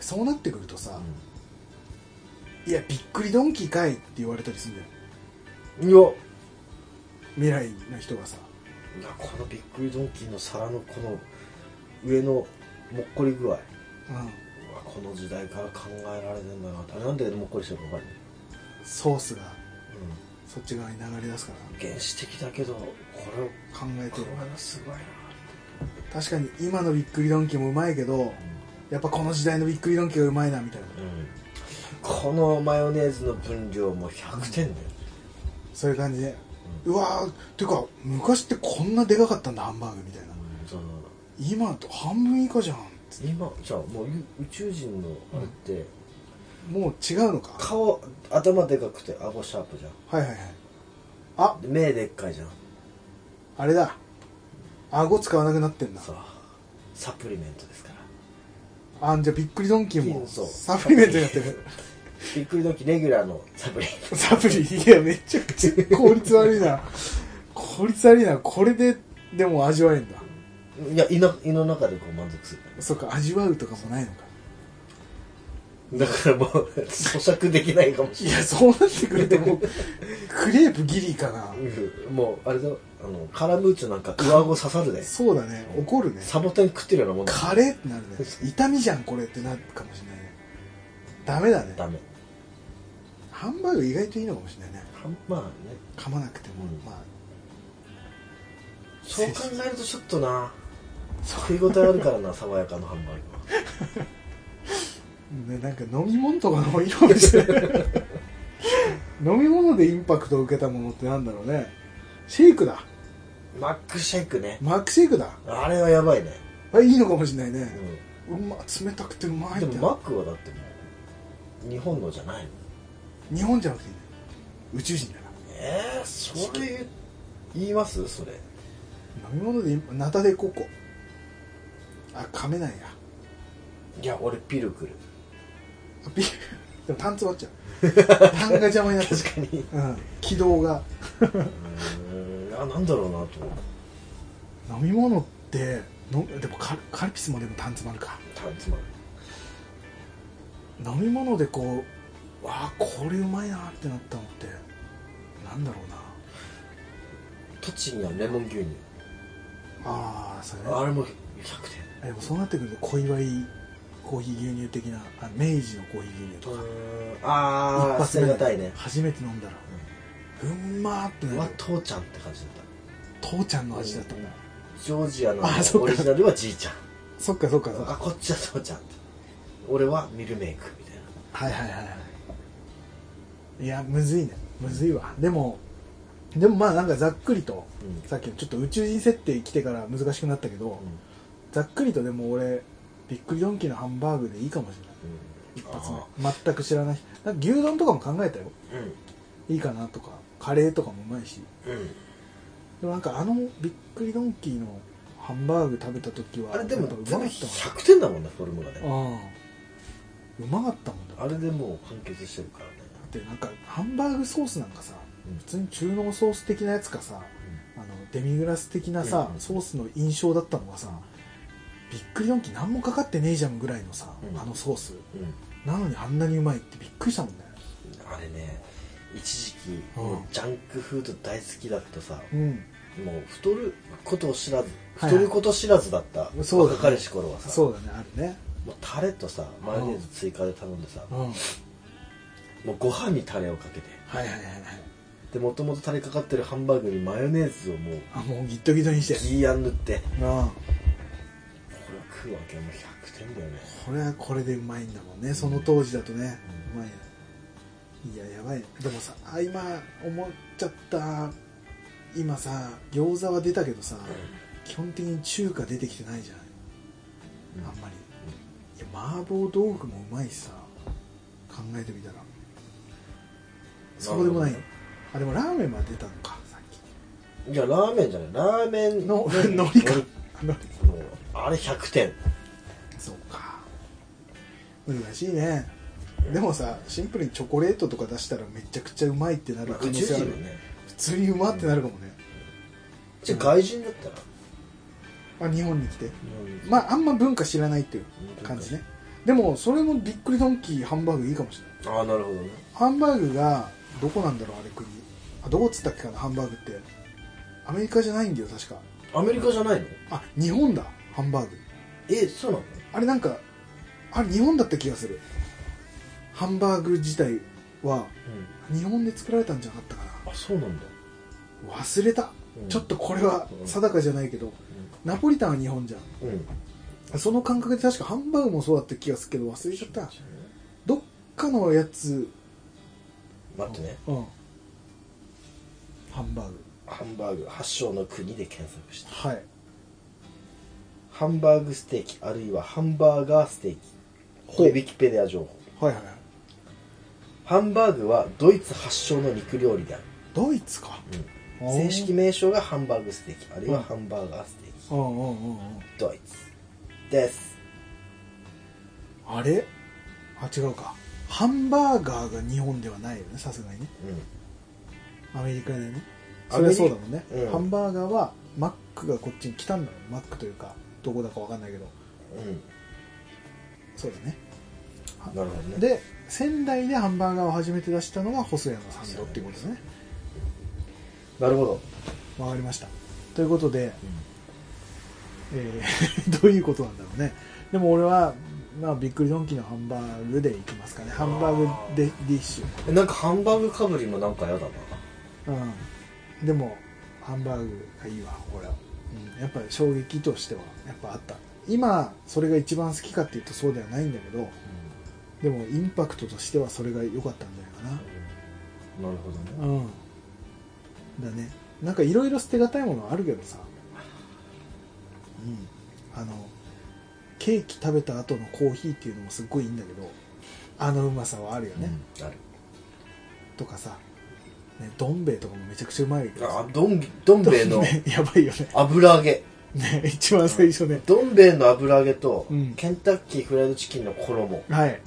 Speaker 1: そうなってくるとさ、
Speaker 2: うん
Speaker 1: いやびっくりドンキーかいって言われたりするんだよ
Speaker 2: いや
Speaker 1: 未来の人がさ
Speaker 2: このびっくりドンキーの皿のこの上のもっこり具合うわ
Speaker 1: うん
Speaker 2: この時代から考えられてんだなってあれなんでもっこりしてるか分かる、
Speaker 1: ソースがそっち側に流れ出すから
Speaker 2: うん、原始的だけどこれを
Speaker 1: 考えて
Speaker 2: こ
Speaker 1: る
Speaker 2: れがすごいなって、
Speaker 1: 確かに今のびっくりドンキーもうまいけどやっぱこの時代のびっくりドンキーがうまいなみたいな
Speaker 2: うん、このマヨネーズの分量も100点だよ、
Speaker 1: そういう感じでうわーてか昔ってこんなでかかったんだハンバーグみたいな
Speaker 2: その
Speaker 1: 今だと半分以下じゃんつっ
Speaker 2: 今じゃあもう宇宇宙人のあれって、
Speaker 1: てもう違うのか
Speaker 2: 顔頭でかくて顎シャープじゃん
Speaker 1: はいはいはいあ
Speaker 2: で目でっかいじゃん
Speaker 1: あれだ顎使わなくなってんだ
Speaker 2: さあサプリメントですから
Speaker 1: あじゃあびっくりドンキーも
Speaker 2: そう
Speaker 1: サプリメントになってる
Speaker 2: びっくりドンキーレギュラーのサプリ
Speaker 1: サプリいやめちゃくちゃ効率悪いな効率悪いなこれででも味わえんだ
Speaker 2: いや胃の胃の中でこう満足する
Speaker 1: そっか味わうとかもないのか
Speaker 2: だからもう咀嚼できないかもし
Speaker 1: い
Speaker 2: れな
Speaker 1: やそうなってくるともうクレープギリかない
Speaker 2: うんもうあれだよあのカラムーチョなんか上顎刺さるで
Speaker 1: そうだね怒るね
Speaker 2: サボテン食ってるようなもんだ
Speaker 1: カレーってなるね痛みじゃんこれってなるかもしれないねダメだね
Speaker 2: ダメ
Speaker 1: ハンバーグ意外といいのかもしれないね
Speaker 2: まあね
Speaker 1: 噛まなくても、
Speaker 2: うん
Speaker 1: まあ
Speaker 2: そう考えるとちょっとな食い応えあるからな爽やかなハンバーグは
Speaker 1: ね、なんか飲み物とかの方がいいの かもしれない飲み物でインパクトを受けたものってなんだろうねシェイクだ
Speaker 2: マックシェイクね
Speaker 1: マックシェイクだ
Speaker 2: あれはやばいね、
Speaker 1: あいいのかもしれないうね、うま冷たくてうま
Speaker 2: ん、
Speaker 1: い
Speaker 2: で
Speaker 1: って
Speaker 2: もマックはだってもう日本のじゃないの
Speaker 1: 日本じゃなくていいね宇宙人だか
Speaker 2: えー、それ言いますそれ
Speaker 1: ら飲み物でインナタデココあ噛めないや
Speaker 2: いや俺ピルクル
Speaker 1: あビでもタン詰まっち ゃうタンが邪魔になっちゃ
Speaker 2: 確かに
Speaker 1: う、うん、軌道が
Speaker 2: うーんあなんだろうな
Speaker 1: 飲
Speaker 2: と
Speaker 1: み物ってのでもカルカルピスもでもタン詰まるか
Speaker 2: たつまん
Speaker 1: 飲み物でこうわあこれうまいなってなったのってなんだろうな
Speaker 2: 栃木にはレモン牛乳
Speaker 1: ああそれ
Speaker 2: あれも100
Speaker 1: でもそうなってくると小祝いコーヒー牛乳的なあ明治のコーヒー牛乳
Speaker 2: 点
Speaker 1: とか
Speaker 2: ああ捨てがたいね
Speaker 1: 初めて飲んだらうんまーって
Speaker 2: う
Speaker 1: な
Speaker 2: わ
Speaker 1: る
Speaker 2: 父ちゃんって感じだった
Speaker 1: 父ちゃんの味だったんだ
Speaker 2: ジョージアの
Speaker 1: あそっか
Speaker 2: オリジナルはじいちゃん
Speaker 1: そっかそっかそっ
Speaker 2: あ
Speaker 1: か
Speaker 2: こっちは父ちゃんって俺はミルメイクみたいな
Speaker 1: はいはいはいはいいやむずいねむずいわでもでもまあなんかざっくりと、
Speaker 2: うん
Speaker 1: さっきのちょっと宇宙人設定来てから難しくなったけど、ざっくりとでも俺びっくりドンキーのハンバーグでいいかもしれない一発目全く知らないなんか牛丼とかも考えたよいいかなとかカレーとかもうまいし
Speaker 2: うんうん
Speaker 1: でもなんかあのびっくりドンキーのハンバーグ食べた時は
Speaker 2: あれでも
Speaker 1: やっぱう
Speaker 2: 全部
Speaker 1: まかった
Speaker 2: 100点だもんねフォルムがね
Speaker 1: もんああうまかったもんだだ
Speaker 2: あれでもう完結してるからね
Speaker 1: ってなんかハンバーグソースなんかさ
Speaker 2: うん
Speaker 1: 普通に中濃ソース的なやつかさあのデミグラス的なさ、
Speaker 2: うん
Speaker 1: ソースの印象だったのがさびっくりドンキー何もかかってねえじゃんぐらいのさ、
Speaker 2: うん
Speaker 1: あのソース
Speaker 2: うん
Speaker 1: なのにあんなにうまいってびっくりしたもんね
Speaker 2: ああれね一時期
Speaker 1: うん
Speaker 2: もうジャンクフード大好きだったさ、
Speaker 1: うん
Speaker 2: もう太ることを知らず
Speaker 1: はいはい
Speaker 2: 太ること知らずだった、
Speaker 1: そうだね
Speaker 2: 若かりし頃はさ
Speaker 1: そうだねあるね
Speaker 2: もうタレとさマヨネーズ追加で頼んでさ、
Speaker 1: うんはい
Speaker 2: もうご飯にタレをかけて
Speaker 1: はいはいはい
Speaker 2: でもともとタレかかってるハンバーグにマヨネーズをもう
Speaker 1: あもうギットギトにして
Speaker 2: ギーアン塗って
Speaker 1: あ
Speaker 2: これを食うわけもう100点だよね
Speaker 1: これはこれでうまいんだもんねその当時だとね、うまいねいややばいねでもさあ今思っちゃった今さ餃子は出たけどさ、基本的に中華出てきてないじゃない、
Speaker 2: うん
Speaker 1: あんまりいや麻婆豆腐もうまいしさ考えてみたらそうでもない
Speaker 2: なる
Speaker 1: あでもラーメンは出たのかさっ
Speaker 2: いやラーメンじゃないラーメ
Speaker 1: き
Speaker 2: ン
Speaker 1: ののりか
Speaker 2: も
Speaker 1: のり
Speaker 2: うあれ100点
Speaker 1: そうか難しいねでもさシンプルにチョコレートとか出したらめちゃくちゃうまいってなる
Speaker 2: まあ
Speaker 1: 可
Speaker 2: 宇
Speaker 1: 能
Speaker 2: 宙
Speaker 1: 性あ
Speaker 2: 人
Speaker 1: る
Speaker 2: だね
Speaker 1: 普通にうまってなるかもね、
Speaker 2: じゃあ外人だったら
Speaker 1: あ日本に来てまああんま文化知らないっていう感じねでもそれもびっくりドンキーハンバーグいいかもしれない
Speaker 2: ああなるほどね
Speaker 1: ハンバーグがどこなんだろうあれ国あどこっつったっけかなハンバーグってアメリカじゃないんだよ確か
Speaker 2: アメリカじゃないの
Speaker 1: あ日本だハンバーグ
Speaker 2: えそうなの
Speaker 1: あれなんかあれ日本だった気がするハンバーグ自体は日本で作られたんじゃなかったか
Speaker 2: あそうなんだ
Speaker 1: な忘れた、
Speaker 2: うん
Speaker 1: ちょっとこれは定かじゃないけど、ナポリタンは日本じゃん
Speaker 2: うん
Speaker 1: その感覚で確かハンバーグもそうだった気がするけど忘れちゃったどっかのやつ、
Speaker 2: 待ってね
Speaker 1: うん、ハンバーグ
Speaker 2: ハンバーグ発祥の国で検索した
Speaker 1: はい
Speaker 2: ハンバーグステーキあるいはハンバーガーステーキこれウィキペディア情報
Speaker 1: はいはいはい
Speaker 2: ハンバーグはドイツ発祥の肉料理である
Speaker 1: ドイツか、あー
Speaker 2: 正式名称がハンバーグステーキあるいはハンバーガーステーキ
Speaker 1: うんうんうんうん
Speaker 2: ドイツです
Speaker 1: あれあ違うかハンバーガーが日本ではないよねさすがにね
Speaker 2: う
Speaker 1: アメリカでね
Speaker 2: ア
Speaker 1: そ
Speaker 2: メ
Speaker 1: れは
Speaker 2: リ
Speaker 1: そうだもんね、
Speaker 2: うん
Speaker 1: ハンバーガーはマックがこっちに来たんだろうマックというかどこだかわかんないけど
Speaker 2: んうん
Speaker 1: そうだね
Speaker 2: なるほどね
Speaker 1: で仙台でハンバーガーを初めて出したのが細谷のサンドっていうことですね
Speaker 2: なるほど
Speaker 1: わかりましたということで、えー どういうことなんだろうねでも俺は、まあ、びっくりドンキーのハンバーグでいきますかねハンバーグデディッシュ
Speaker 2: えなんかハンバーグかぶりもなんかやだな
Speaker 1: うん、でもハンバーグがいいわ俺は、うん、やっぱり衝撃としてはやっぱあった今それが一番好きかっていうとそうではないんだけどでもインパクトとしてはそれが良かったんじゃないか
Speaker 2: なるほどね
Speaker 1: なうんだねなんかいろいろ捨てがたいものあるけどさうんあのケーキ食べた後のコーヒーっていうのもすっごいいいんだけどあのうまさはあるよね、
Speaker 2: ある
Speaker 1: とかさねどん兵衛とかもめちゃくちゃうまいけどさ
Speaker 2: あどんどん兵衛の
Speaker 1: やばいよ ね
Speaker 2: 油揚げ
Speaker 1: ね、一番最初ね。
Speaker 2: どん兵衛の油揚げと
Speaker 1: うん
Speaker 2: ケンタッキーフライドチキンの衣
Speaker 1: はい。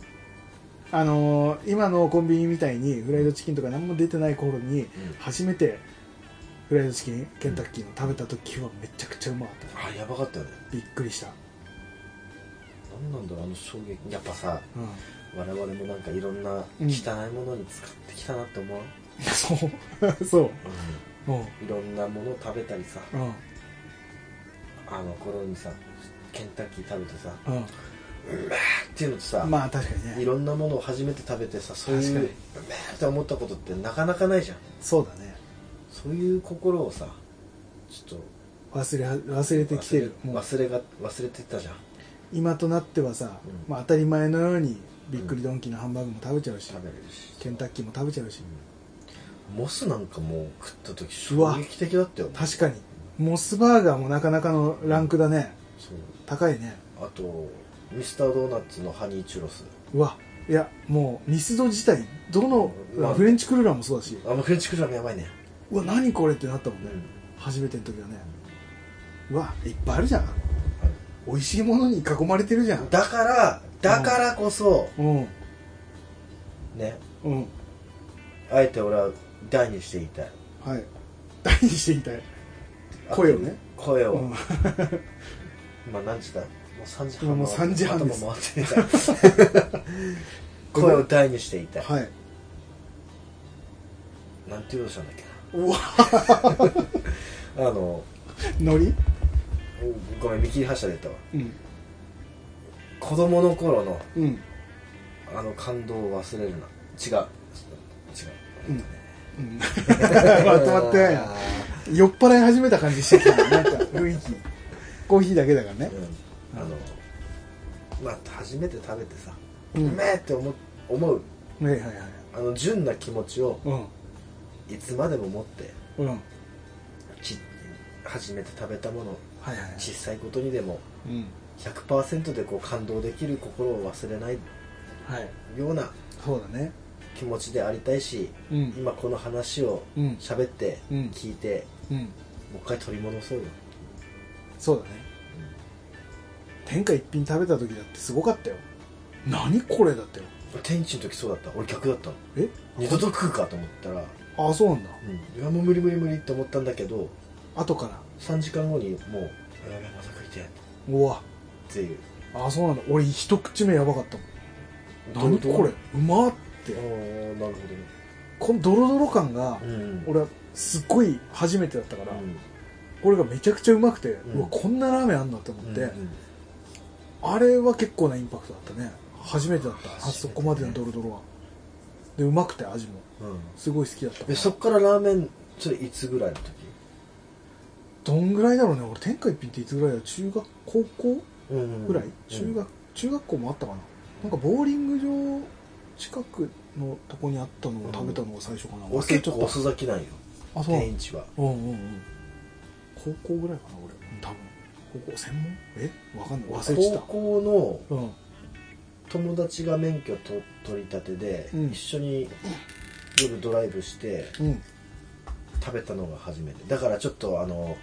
Speaker 1: あのー今のコンビニみたいにフライドチキンとか何も出てない頃に、初めてフライドチキン、ケンタッキーの食べた時はめちゃくちゃうまかっ
Speaker 2: あやばかったよね
Speaker 1: た。びっくりした。
Speaker 2: なんなんだろうあの衝撃やっぱさ
Speaker 1: うん。
Speaker 2: 我々もなんかいろんな
Speaker 1: うん
Speaker 2: 汚いものに使ってきたなって思う、
Speaker 1: そう。そう。うん。うん。
Speaker 2: いろんなものを食べたりさあの頃にさケンタッキー食べてさ
Speaker 1: う
Speaker 2: っていうのとさ、
Speaker 1: ん。まあ確かに
Speaker 2: い
Speaker 1: ね。
Speaker 2: ろんなものを初めて食べてさそういうう
Speaker 1: 確
Speaker 2: め
Speaker 1: か
Speaker 2: ーって思ったことってなかなかないじゃん
Speaker 1: そうだね。
Speaker 2: そういう心をさちょっ
Speaker 1: 忘れは、忘れ
Speaker 2: と
Speaker 1: てきてる。
Speaker 2: 忘れ
Speaker 1: もう
Speaker 2: 忘れが忘れてたじゃん
Speaker 1: 今となってはさ、
Speaker 2: うん
Speaker 1: まあ当たり前のようにびっくりドンキーのハンバーグも食べちゃうし、
Speaker 2: 食べれるし
Speaker 1: ケンタッキーも食べちゃうし。
Speaker 2: モスなんかもう食った時
Speaker 1: うわ
Speaker 2: 衝撃的だったよ
Speaker 1: 確かに。モスバーガーもなかなかのランクだね。
Speaker 2: そう
Speaker 1: 高いね
Speaker 2: あとミスタードーナツのハニーチュロス
Speaker 1: うわいやもうミスド自体どの、
Speaker 2: うんまあ
Speaker 1: フレンチクルーラーもそうだし
Speaker 2: あのフレンチクルーラーもやばいね
Speaker 1: うわ何これってなったもんね、
Speaker 2: うん
Speaker 1: 初めての時はねうわいっぱいあるじゃん
Speaker 2: ある
Speaker 1: 美味しいものに囲まれてるじゃん
Speaker 2: だからだからこそ、
Speaker 1: うん
Speaker 2: ね
Speaker 1: うん
Speaker 2: あえて俺は大にして言いたい
Speaker 1: はい大にして言いたい声をね
Speaker 2: 声を、
Speaker 1: うん、
Speaker 2: 今何時だもう3時
Speaker 1: 今
Speaker 2: 半
Speaker 1: もう3時半で
Speaker 2: 頭
Speaker 1: す
Speaker 2: 回ってみたい声を大にして言いたい
Speaker 1: はい
Speaker 2: なんていうのしたんだっけ
Speaker 1: うわ
Speaker 2: なあの
Speaker 1: のり
Speaker 2: ごめん見切り発車で言ったわ
Speaker 1: うん
Speaker 2: 子供の頃の
Speaker 1: うん
Speaker 2: あの感動を忘れるな違う違う、
Speaker 1: うんうんまとまってないな酔っ払い始めた感じしてきたななんか雰囲気コーヒーだけだからね
Speaker 2: うんあのまあ初めて食べてさ、
Speaker 1: う
Speaker 2: うんめえって思う思う
Speaker 1: はいはいはい
Speaker 2: あの純な気持ちを
Speaker 1: うん
Speaker 2: いつまでも持って
Speaker 1: うんはい
Speaker 2: ち初めて食べたもの
Speaker 1: はいはい
Speaker 2: 小さいことにでも
Speaker 1: うん
Speaker 2: 100%でこう感動できる心を忘れない
Speaker 1: はい
Speaker 2: ような
Speaker 1: そうだね
Speaker 2: 気持ちでありたいし、
Speaker 1: うん
Speaker 2: 今この話を
Speaker 1: うん
Speaker 2: 喋って、
Speaker 1: うん
Speaker 2: 聞いて
Speaker 1: うん
Speaker 2: もう一回取り戻そうよ、
Speaker 1: そうだね天下一品食べた時だってすごかったよ何これだったよ
Speaker 2: 天一の時そうだった俺逆だったの
Speaker 1: え
Speaker 2: 二度と食うかと思ったら、
Speaker 1: あそうなんだ
Speaker 2: うん、いやもう無理無理無理って思ったんだけど
Speaker 1: 後から
Speaker 2: 3時間後にもう「やべまた食いてえ」
Speaker 1: うわ
Speaker 2: っていう
Speaker 1: あそうなんだ俺一口目やばかったもん何
Speaker 2: どう
Speaker 1: これ
Speaker 2: どう
Speaker 1: うまっ
Speaker 2: あ
Speaker 1: て
Speaker 2: ーなるほどね
Speaker 1: このドロドロ感が
Speaker 2: うん
Speaker 1: 俺はすっごい初めてだったから、
Speaker 2: うん
Speaker 1: これがめちゃくちゃうまくて、うんわこんなラーメンあんなと思って、
Speaker 2: うん
Speaker 1: あれは結構なインパクトだったね初めてだった、あ
Speaker 2: 初
Speaker 1: そ
Speaker 2: めて
Speaker 1: こ
Speaker 2: ね
Speaker 1: までのドロドロはでうまくて味も
Speaker 2: うん
Speaker 1: すごい好きだったか
Speaker 2: で
Speaker 1: ら
Speaker 2: そっからラーメンそれいつぐらいの時
Speaker 1: どんぐらいだろうね俺天下一品っていつぐらいだろう中学高校ぐらい、中学中学校もあったかななんかボーリング場近くのとこにあったのを食べたのが最初かな、
Speaker 2: 俺
Speaker 1: 忘れち
Speaker 2: 結
Speaker 1: ゃっ
Speaker 2: 構
Speaker 1: た
Speaker 2: 遅咲きなんよ
Speaker 1: あそう
Speaker 2: 天一は
Speaker 1: うんうんうん高校ぐらいかな俺うん多分高校専門えわかんない忘れて
Speaker 2: 高
Speaker 1: た
Speaker 2: 校の
Speaker 1: うん
Speaker 2: 友達が免許と取り立てで、
Speaker 1: うん
Speaker 2: 一緒に夜ドライブして
Speaker 1: うん
Speaker 2: 食べたのが初めてだからちょっとあの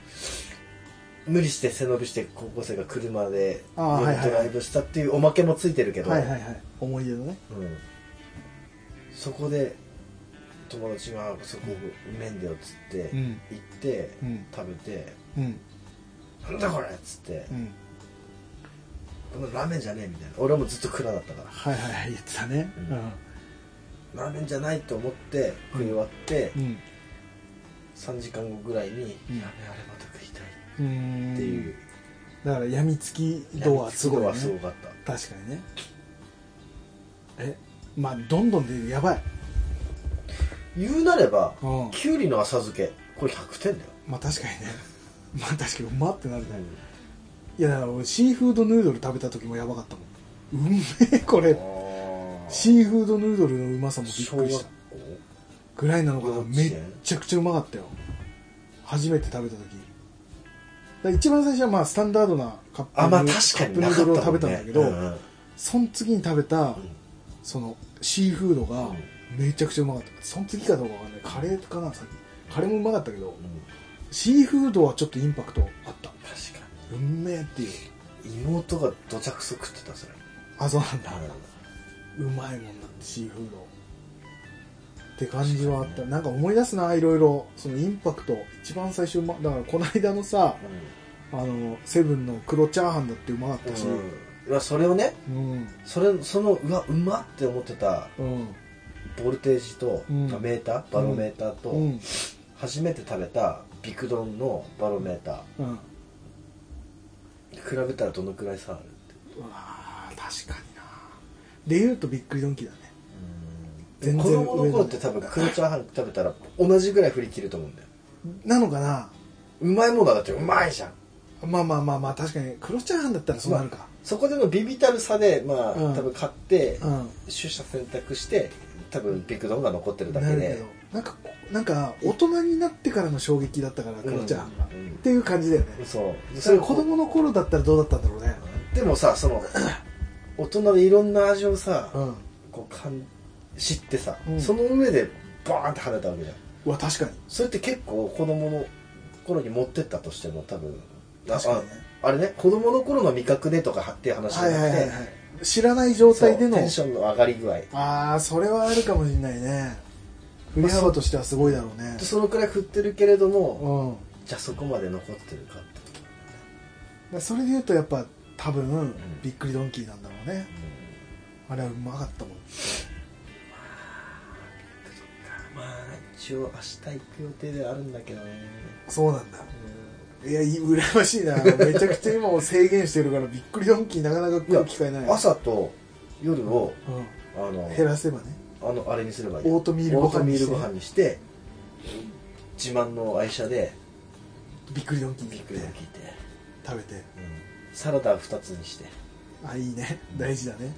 Speaker 2: 無理して背伸びして高校生が車で
Speaker 1: あーはいはい
Speaker 2: 夜
Speaker 1: はい
Speaker 2: ドライブしたっていうおまけもついてるけど、
Speaker 1: はいはいはい思い出のね
Speaker 2: うん、そこで友達がそこ麺だよっつって
Speaker 1: う
Speaker 2: 行
Speaker 1: ん
Speaker 2: って
Speaker 1: うん
Speaker 2: 食べて
Speaker 1: うん
Speaker 2: 「なんだこれ!」っつって
Speaker 1: うん
Speaker 2: 「このラーメンじゃねえ」みたいな俺もずっと蔵だったか
Speaker 1: はいはいはい言ってたね
Speaker 2: らラーメンじゃないと思って食い終わって
Speaker 1: うんうん
Speaker 2: 3時間後ぐらいに
Speaker 1: うん
Speaker 2: 「やべあれまた食いたい」
Speaker 1: うーん
Speaker 2: っていう
Speaker 1: だから病みつき度はすごい、ね、
Speaker 2: やりつくのはすごかった
Speaker 1: 確かにねえまあどんどんでやばい
Speaker 2: 言うなれば
Speaker 1: うん
Speaker 2: きゅうりの浅漬けこれ100点だよ
Speaker 1: まあ確かにね まあ確かにうまってなるねいやだから俺シーフードヌードル食べた時もやばかったもんうめえこれ
Speaker 2: あー
Speaker 1: シーフードヌードルのうまさもびっく
Speaker 2: 小学
Speaker 1: りした
Speaker 2: 校
Speaker 1: ぐらいなのかな
Speaker 2: 幼稚
Speaker 1: め
Speaker 2: 園
Speaker 1: っちゃくちゃうまかったよ初めて食べた時だから一番最初はまあスタンダードなカップ
Speaker 2: あまあ
Speaker 1: ヌ
Speaker 2: 確
Speaker 1: ー
Speaker 2: か
Speaker 1: カップヌ
Speaker 2: にな
Speaker 1: ードルを
Speaker 2: か
Speaker 1: 食べ
Speaker 2: った
Speaker 1: たん
Speaker 2: もん
Speaker 1: だけ
Speaker 2: ね
Speaker 1: ど、
Speaker 2: うんうん
Speaker 1: その次に食べたそのシーフードがめちゃくちゃうまかったその次かどうかわかんないカレーかなさっきカレーもうまかったけど
Speaker 2: うん
Speaker 1: シーフードはちょっとインパクトあった
Speaker 2: 確か
Speaker 1: うんめえっていう
Speaker 2: に妹がどちゃくそ食ってたそれ
Speaker 1: あそうなんだ
Speaker 2: あ
Speaker 1: うまいもんだってシーフードって感じはあったなんか思い出すないろいろそのインパクト一番最初うまだからこの間のさあのセブンの黒チャーハンだってうまかったし
Speaker 2: うんいやそれをね
Speaker 1: うん
Speaker 2: それそのうわうまって思ってた
Speaker 1: うん
Speaker 2: ボルテージと、
Speaker 1: うん
Speaker 2: メーターバロメーターと、
Speaker 1: うん
Speaker 2: 初めて食べたビクドンのバロメータ
Speaker 1: うん
Speaker 2: ー比べたらどのくらい差あるって
Speaker 1: うわー確かになで言うとびっくりドンキーだね全然
Speaker 2: 子供
Speaker 1: 上
Speaker 2: の
Speaker 1: だね
Speaker 2: 頃って多分黒チャーハン食べたら同じぐらい振り切ると思うんだよ
Speaker 1: なのかな
Speaker 2: うまいものだってうまいじゃん
Speaker 1: まあまあまあまあ確かに黒チャーハンだったらそうなるか、
Speaker 2: そこでのビビたるさでまあ、
Speaker 1: うん
Speaker 2: 多分買って、
Speaker 1: うん
Speaker 2: 取捨選択して多分ビッグドンが残ってるだけ
Speaker 1: なるけ
Speaker 2: で
Speaker 1: どなんかこうなんか大人になってからの衝撃だったから
Speaker 2: うん
Speaker 1: 黒チャーハンが、
Speaker 2: うん
Speaker 1: っていう感じだよね、
Speaker 2: そう
Speaker 1: それ子供の頃だったらどうだったんだろうね
Speaker 2: でもさその 大人でいろんな味をさ、
Speaker 1: うん
Speaker 2: こうかん知ってさ、
Speaker 1: うん
Speaker 2: その上でバーンって跳ねたわけじゃん
Speaker 1: うわ確かに
Speaker 2: それって結構子供の頃に持ってったとしても多分あ
Speaker 1: 確かにね
Speaker 2: ああれね子供の頃の味覚でとかっていう話じ
Speaker 1: は
Speaker 2: ゃ
Speaker 1: い
Speaker 2: な
Speaker 1: はい
Speaker 2: く
Speaker 1: はい
Speaker 2: て
Speaker 1: はい知らない状
Speaker 2: そう
Speaker 1: 態での
Speaker 2: テンションの上がり具合
Speaker 1: ああそれはあるかもしれないね振り幅としてはすごいだろうね
Speaker 2: そのくらい振ってるけれども
Speaker 1: うん
Speaker 2: じゃあそこまで残ってるかって
Speaker 1: だからそれで言うとやっぱ多分びっくりドンキーなんだろうね、あれはうまかったもん
Speaker 2: まあ一応明日行く予定ではあるんだけどね
Speaker 1: そうなんだ
Speaker 2: う
Speaker 1: いやいい羨ましいなめちゃくちゃ今も制限してるからびっくりドンキーなかなか来る機会ない
Speaker 2: ん朝と夜を
Speaker 1: う
Speaker 2: あの
Speaker 1: ん減らせばね
Speaker 2: あのあれにすればいい
Speaker 1: オートミールご
Speaker 2: オー
Speaker 1: 飯
Speaker 2: トミ
Speaker 1: にし
Speaker 2: ール
Speaker 1: て
Speaker 2: ご飯にして自慢の愛車で
Speaker 1: びっくりドンキーに
Speaker 2: びっ
Speaker 1: 行っ
Speaker 2: く
Speaker 1: て
Speaker 2: りドンキーって、
Speaker 1: 食べて
Speaker 2: うん、サラダ2つにして
Speaker 1: あいいね 大事だね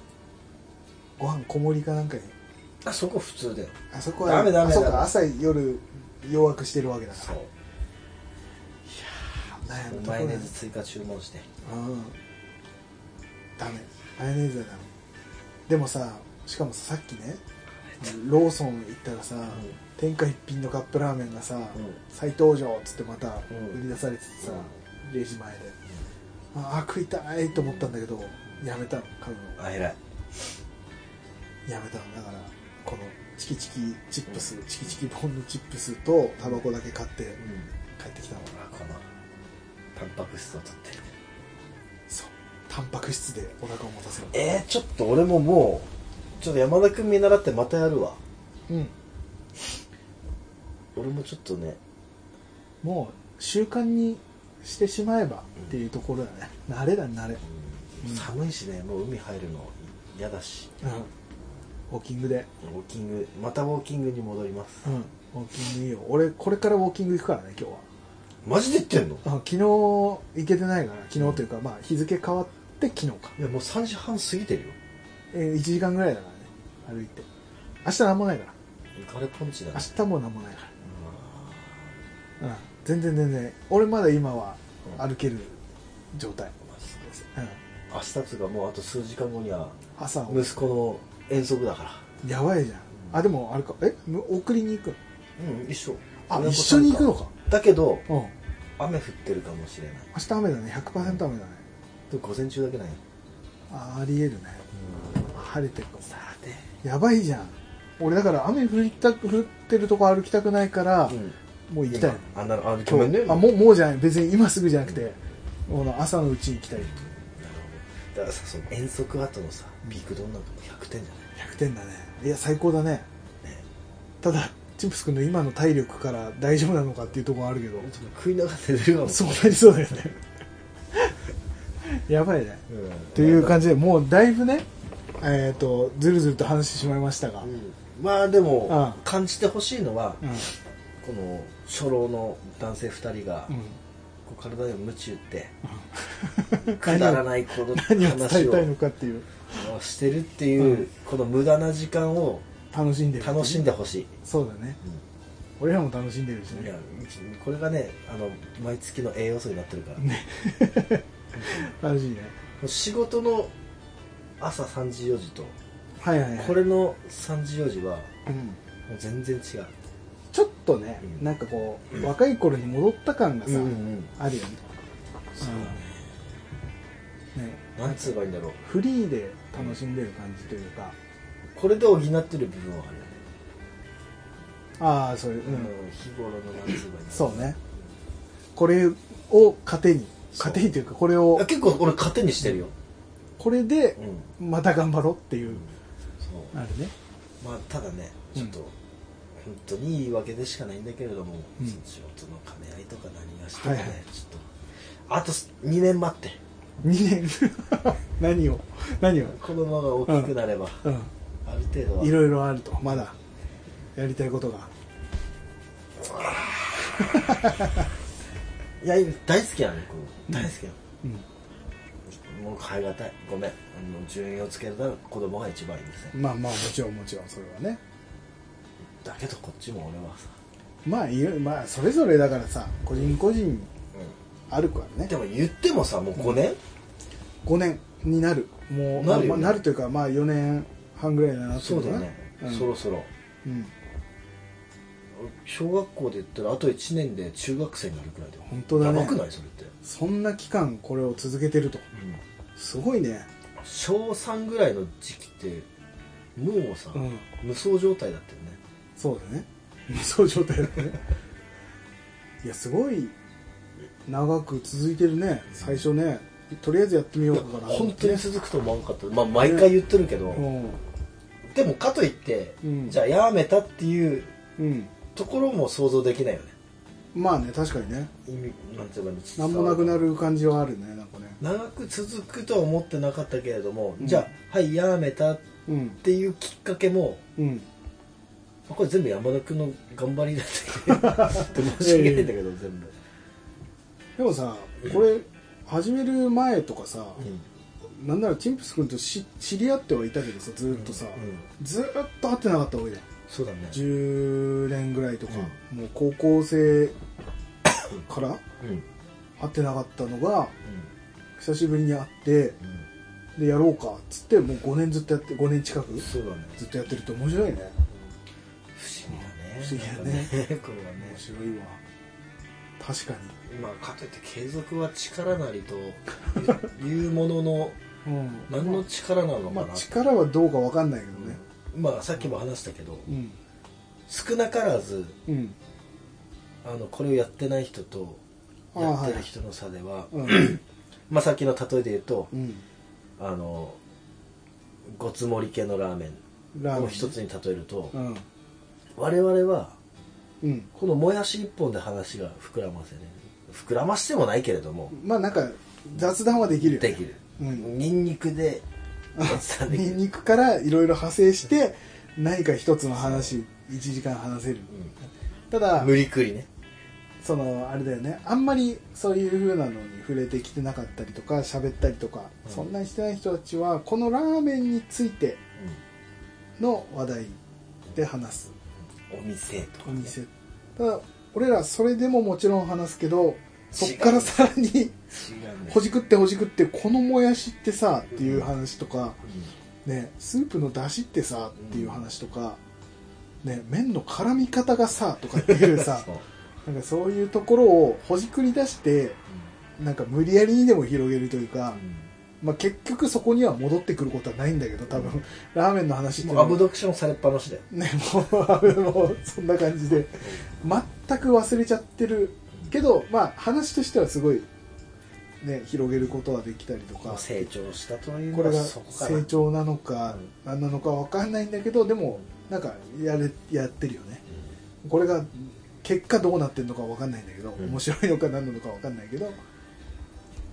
Speaker 1: ご飯小盛りかなんかに
Speaker 2: あそこ普通だよ
Speaker 1: あそこは
Speaker 2: ダメダメ
Speaker 1: あそうか
Speaker 2: ダメ
Speaker 1: 朝夜弱くしてるわけだか
Speaker 2: そう
Speaker 1: ら悩むとこ
Speaker 2: マ
Speaker 1: だ
Speaker 2: ヨ
Speaker 1: よ
Speaker 2: ネーズ追加注文して
Speaker 1: うんダメマヨネーズはダメでもさしかもささっきねローソン行ったらさ、天下一品のカップラーメンがさ、
Speaker 2: ん
Speaker 1: 再登場っつってまた
Speaker 2: うん
Speaker 1: 売り出されててさ、レジ前で、ああ食いたいと思ったんだけどやめたの買うの
Speaker 2: あ偉い
Speaker 1: やめたのだからこのチキチキチップス、チキチキボンのチップスとタバコだけ買って
Speaker 2: うん
Speaker 1: 帰ってきたの
Speaker 2: あこのタンパク質を取って
Speaker 1: そうタンパク質でお腹を持たせる
Speaker 2: えー、ちょっと俺ももうちょっと山田君見習ってまたやるわ
Speaker 1: うん
Speaker 2: 俺もちょっとね
Speaker 1: もう習慣にしてしまえばっていうところだね、慣れだ慣れ、うん、
Speaker 2: うん寒いしねもう海入るの嫌だし
Speaker 1: ウォーキングで、
Speaker 2: ウォーキングまたウォーキングに戻ります
Speaker 1: うん、ウォーキングいいよ俺これからウォーキング行くからね今日は
Speaker 2: マジで言ってんの
Speaker 1: あ昨日行けてないから昨日というか、まあ日付変わって昨日か、
Speaker 2: いやもう3時半過ぎてるよ
Speaker 1: えー、1時間ぐらいだからね歩いて明日なんもないから
Speaker 2: ガレポンチだね
Speaker 1: 明日もなんもないから、うん、全然全然俺まだ今は歩ける状態、うん、
Speaker 2: うん明日つうかもうあと数時間後には
Speaker 1: 朝を
Speaker 2: 息子の遠足だから
Speaker 1: やばいじゃんあでもあれかえむ送りに行くの
Speaker 2: うん一緒
Speaker 1: あ一緒に行くの
Speaker 2: か
Speaker 1: か
Speaker 2: だけど
Speaker 1: うん明
Speaker 2: 雨降ってるかもしれない
Speaker 1: 日雨だね100%雨だね
Speaker 2: でも午前中だけない
Speaker 1: あありえるね晴れてるかも
Speaker 2: さて
Speaker 1: やばいじゃん俺だから雨降りたく降ってるとこ歩きたくないから、
Speaker 2: うん
Speaker 1: もう行きたい
Speaker 2: 今あんなのあ
Speaker 1: 今
Speaker 2: ご
Speaker 1: 日
Speaker 2: めんね
Speaker 1: あもうもうじゃない別に今すぐじゃなくて、この朝のうちに行きたい
Speaker 2: なるほどだからさその遠足後のさビーク丼なんかも100点じゃない
Speaker 1: 100点だねいや最高だね
Speaker 2: ね
Speaker 1: ただチンプス君の今の体力から大丈夫なのかっていうところはあるけど
Speaker 2: ちょっと食いながら寝てるかも
Speaker 1: そうなりそうだよね やばいね
Speaker 2: うん
Speaker 1: という感じでもうだいぶねえっ、とずるずると話してしまいましたが、
Speaker 2: うんまあでも、
Speaker 1: うん
Speaker 2: 感じてほしいのは、
Speaker 1: うん
Speaker 2: この初老の男性2人が、
Speaker 1: うん
Speaker 2: こう体に鞭打って
Speaker 1: うん
Speaker 2: くだらない こ
Speaker 1: 何を
Speaker 2: の
Speaker 1: 伝え
Speaker 2: 話
Speaker 1: たいの
Speaker 2: を
Speaker 1: かっていう
Speaker 2: してるっていう、この無駄な時間を
Speaker 1: 楽しんでる
Speaker 2: 楽しんでほしい、
Speaker 1: そうだね俺らも楽しんでるし
Speaker 2: い
Speaker 1: ね
Speaker 2: やこれがねあの毎月の栄養素になってるから、
Speaker 1: 楽しいね
Speaker 2: 仕事の朝3時4時と
Speaker 1: はいはいはい
Speaker 2: これの3時4時はも
Speaker 1: うん
Speaker 2: う全然違う
Speaker 1: ちょっとね、
Speaker 2: うん
Speaker 1: なんかこう、若い頃に戻った感がさ、
Speaker 2: うん
Speaker 1: あるよね
Speaker 2: そうだね
Speaker 1: ね
Speaker 2: なんつうばいいんだろう
Speaker 1: フリーで楽しんでる感じというか、
Speaker 2: これで補ってる部分はあるよね
Speaker 1: ああそういう、うん
Speaker 2: うん日頃のなんつうばいいんだろ
Speaker 1: そうねこれを糧に
Speaker 2: そう
Speaker 1: 糧にというかこれを
Speaker 2: あ結構俺糧にしてるよ
Speaker 1: これで
Speaker 2: うん、
Speaker 1: また頑張ろうっていう、
Speaker 2: そう
Speaker 1: あるね
Speaker 2: まあただね
Speaker 1: うん
Speaker 2: ちょっと、本当に言い訳でしかないんだけれども、
Speaker 1: うん
Speaker 2: その仕事の兼ね合いとか何がしてもね、
Speaker 1: はいはい
Speaker 2: ちょっとあと2年待って
Speaker 1: 2年 何を何を、
Speaker 2: 子供が大きくなれば、
Speaker 1: う
Speaker 2: ある程度は
Speaker 1: ん、いろいろあるとまだやりたいことが
Speaker 2: いや大好きやねこう大好きや
Speaker 1: うん
Speaker 2: んもう変えがたいごめんあの順位をつけるなら子供が一番いいんですね
Speaker 1: まあまあもちろんもちろんそれはね
Speaker 2: だけどこっちも俺はさ、
Speaker 1: まあいろまあそれぞれだからさ個人個人あるからね
Speaker 2: でも言ってもさもう5年、
Speaker 1: 5年になるもう
Speaker 2: なるよね
Speaker 1: まあなるというかまあ4年半ぐらいにはなって
Speaker 2: そ
Speaker 1: る
Speaker 2: う
Speaker 1: か
Speaker 2: だよ
Speaker 1: な
Speaker 2: ね、
Speaker 1: うん
Speaker 2: そろそろ
Speaker 1: うん
Speaker 2: 小学校で言ったらあと1年で中学生になるくらいだよ
Speaker 1: 本当だね
Speaker 2: やばくないそれって、
Speaker 1: そんな期間これを続けてるとすごいね
Speaker 2: 小3ぐらいの時期ってもうさ、
Speaker 1: うん
Speaker 2: 無双状態だったよね
Speaker 1: そうだねそう状態だね いやすごい長く続いてるね最初ねとりあえずやってみようかから
Speaker 2: 本当に続くと思わんかった、まあ、毎回言ってるけど、
Speaker 1: うん
Speaker 2: でもかといって、
Speaker 1: うん
Speaker 2: じゃあやめたっていう
Speaker 1: うん
Speaker 2: ところも想像できないよね
Speaker 1: まあね確かにね
Speaker 2: 意味なんていうのか
Speaker 1: 何もなくなる感じはあるねなんかね
Speaker 2: 長く続くとは思ってなかったけれども、
Speaker 1: うん
Speaker 2: じゃあはいやめたっ
Speaker 1: うん
Speaker 2: ていうきっかけも
Speaker 1: うん
Speaker 2: これ全部山田君の頑張りだったけど申し訳ないんだけど全部、
Speaker 1: でもさこれ始める前とかさ、なんならチンプス君とし知り合ってはいたけどさずーっとさ、
Speaker 2: うん
Speaker 1: ずーっと会ってなかったわけじゃん
Speaker 2: そうだね
Speaker 1: 10年ぐらいとか、もう高校生から
Speaker 2: うんうん
Speaker 1: 会ってなかったのが久しぶりに会って
Speaker 2: う
Speaker 1: でやろうかっつってもう5年ずっとやって5年近く
Speaker 2: んそうだね
Speaker 1: ずっとやってるって面白いね
Speaker 2: 不思議だね
Speaker 1: 不思議だね
Speaker 2: なんかねこれはね
Speaker 1: 面白いわ確か
Speaker 2: まあかといって継続は力なりというもの の
Speaker 1: に、うん
Speaker 2: 何の力なのか
Speaker 1: ま
Speaker 2: な、
Speaker 1: あ、まあ力はどうかわかんないけどね
Speaker 2: まあさっきも話したけど
Speaker 1: うん
Speaker 2: 少なからず
Speaker 1: うん
Speaker 2: あのこれをやってない人と
Speaker 1: あー
Speaker 2: やってる人の差では、
Speaker 1: うん
Speaker 2: まあさっきの例えで言うと、
Speaker 1: うん
Speaker 2: あのごつ盛り系のラーメ
Speaker 1: ラ
Speaker 2: ン
Speaker 1: ー
Speaker 2: を
Speaker 1: メン
Speaker 2: 一つに例えると、
Speaker 1: うん
Speaker 2: 我々は
Speaker 1: うん
Speaker 2: このもやし一本で話が膨らませね膨らましてもないけれども
Speaker 1: まあなんか雑談はできるよね
Speaker 2: でき
Speaker 1: う
Speaker 2: る、
Speaker 1: ん
Speaker 2: ニンニクで雑談で き
Speaker 1: ニ
Speaker 2: る
Speaker 1: ンニクからいろいろ派生して何か一つの話1時間話せるただ
Speaker 2: 無理くりね
Speaker 1: そのあれだよねあんまりそういう風なのに触れてきてなかったりとか喋ったりとか、
Speaker 2: うん
Speaker 1: そんなにしてない人たちはこのラーメンについての話題で話す
Speaker 2: お店とか
Speaker 1: お
Speaker 2: ね
Speaker 1: 店ただ俺らそれでももちろん話すけどそっからさらに
Speaker 2: 違うんだよ
Speaker 1: ほじくってほじくってこのもやしってさっていう話とか、ね、スープの出汁ってさっていう話とか、ね、麺の絡み方がさとかっていうさ
Speaker 2: そう
Speaker 1: なんかそういうところをほじくり出してなんか無理やりにでも広げるというか、まあ、結局そこには戻ってくることはないんだけど多分、ラーメンの話って
Speaker 2: も
Speaker 1: いう
Speaker 2: う
Speaker 1: の
Speaker 2: ア
Speaker 1: は
Speaker 2: ブドクションされっぱなしだよ
Speaker 1: ね、もうあれもそんな感じで全く忘れちゃってるけど、まあ、話としてはすごい、ね、広げることはできたりと
Speaker 2: ま
Speaker 1: か
Speaker 2: あ成長したという
Speaker 1: こ
Speaker 2: の
Speaker 1: れ
Speaker 2: は
Speaker 1: が
Speaker 2: そこから
Speaker 1: 成長なのか何なのか分かんないんだけどでもなんかやれやってるよねこれが結果どうなってるのか分かんないんだけど
Speaker 2: うん
Speaker 1: 面白いのか何なのか分かんないけど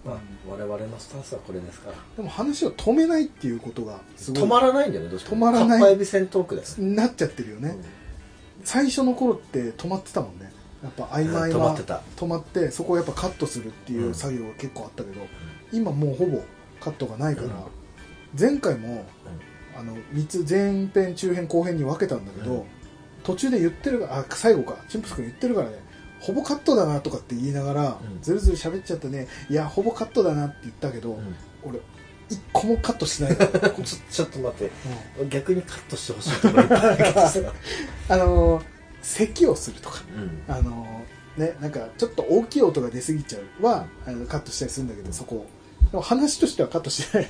Speaker 2: まあ我々のスタンスはこれですから
Speaker 1: でも話を止めないっていうことがすごい
Speaker 2: 止まらないんだよねどうしても
Speaker 1: 止まらない
Speaker 2: かっぱえびせんトークだよね
Speaker 1: なっちゃってるよね、最初の頃って止まってたもんねやっぱ曖昧
Speaker 2: うん
Speaker 1: な
Speaker 2: 止まってた
Speaker 1: 止まってそこをやっぱカットするっていう
Speaker 2: うん
Speaker 1: 作業が結構あったけど、今もうほぼカットがないから、前回もあの3つ前編中編後編に分けたんだけど、
Speaker 2: うん
Speaker 1: 途中で言ってるがあ最後かチンプス君言ってるからねほぼカットだなとかって言いながら、
Speaker 2: うん
Speaker 1: ずるずる喋っちゃってねいやほぼカットだなって言ったけど、
Speaker 2: うん
Speaker 1: 俺一個もカットしないから、 うん
Speaker 2: うんちょちょっと待って逆にカットしてほしいとかいっぱいあるけど さ
Speaker 1: あのー咳をするとか
Speaker 2: うん
Speaker 1: あのねなんかちょっと大きい音が出過ぎちゃうはあのカットしたりするんだけどそこをでも話としてはカットしてない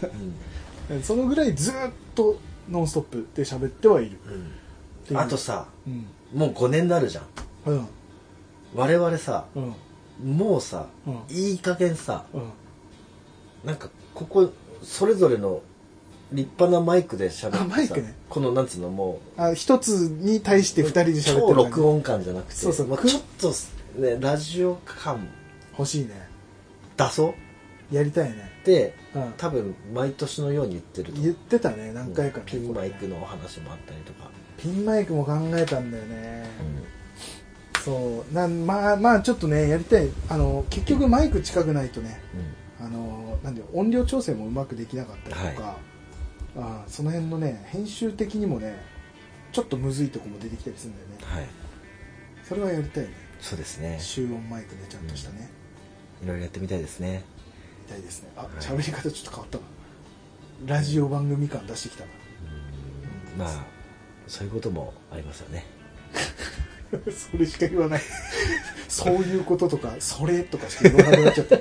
Speaker 1: そのぐらいずーっとノンストップで喋ってはいる
Speaker 2: うん
Speaker 1: って
Speaker 2: う
Speaker 1: いうん
Speaker 2: あとさ
Speaker 1: うん
Speaker 2: もう5年になるじゃん
Speaker 1: うん
Speaker 2: 我々さ
Speaker 1: うん
Speaker 2: もうさ
Speaker 1: うん
Speaker 2: いい加減さ
Speaker 1: うん
Speaker 2: なんかここそれぞれの立派なマイクで喋ってさ
Speaker 1: あマイクね
Speaker 2: このなんつうのもう
Speaker 1: あ一つに対して二人で喋って
Speaker 2: 超
Speaker 1: る感じ
Speaker 2: 録音感じゃなくて
Speaker 1: そうそう
Speaker 2: もちょっとねラジオ感
Speaker 1: 欲しいね
Speaker 2: 出そうっ
Speaker 1: やりたいね
Speaker 2: て
Speaker 1: うん
Speaker 2: 多分毎年のように言ってると
Speaker 1: 言ってたね何回かね
Speaker 2: ピンマイク
Speaker 1: これね
Speaker 2: のお話もあったりとか、
Speaker 1: ピンマイクも考えたんだよねそうなんまあまあちょっとねやりたいあの結局マイク近くないとねあのなんで音量調整もうまくできなかったりとか、あーその辺のね編集的にもねちょっとむずいとこも出てきたりするんだよね
Speaker 2: はい
Speaker 1: それはやりたいね
Speaker 2: そうですね
Speaker 1: 集音マイクでちゃんとしたね、
Speaker 2: いろいろやってみたいですね
Speaker 1: みたいですねあ
Speaker 2: い
Speaker 1: 喋、り方ちょっと変わったなラジオ番組感出してきたな
Speaker 2: まあそういうこともありますよね
Speaker 1: それしか言わない そういうこととかそれとかしか言わなくなっちゃ った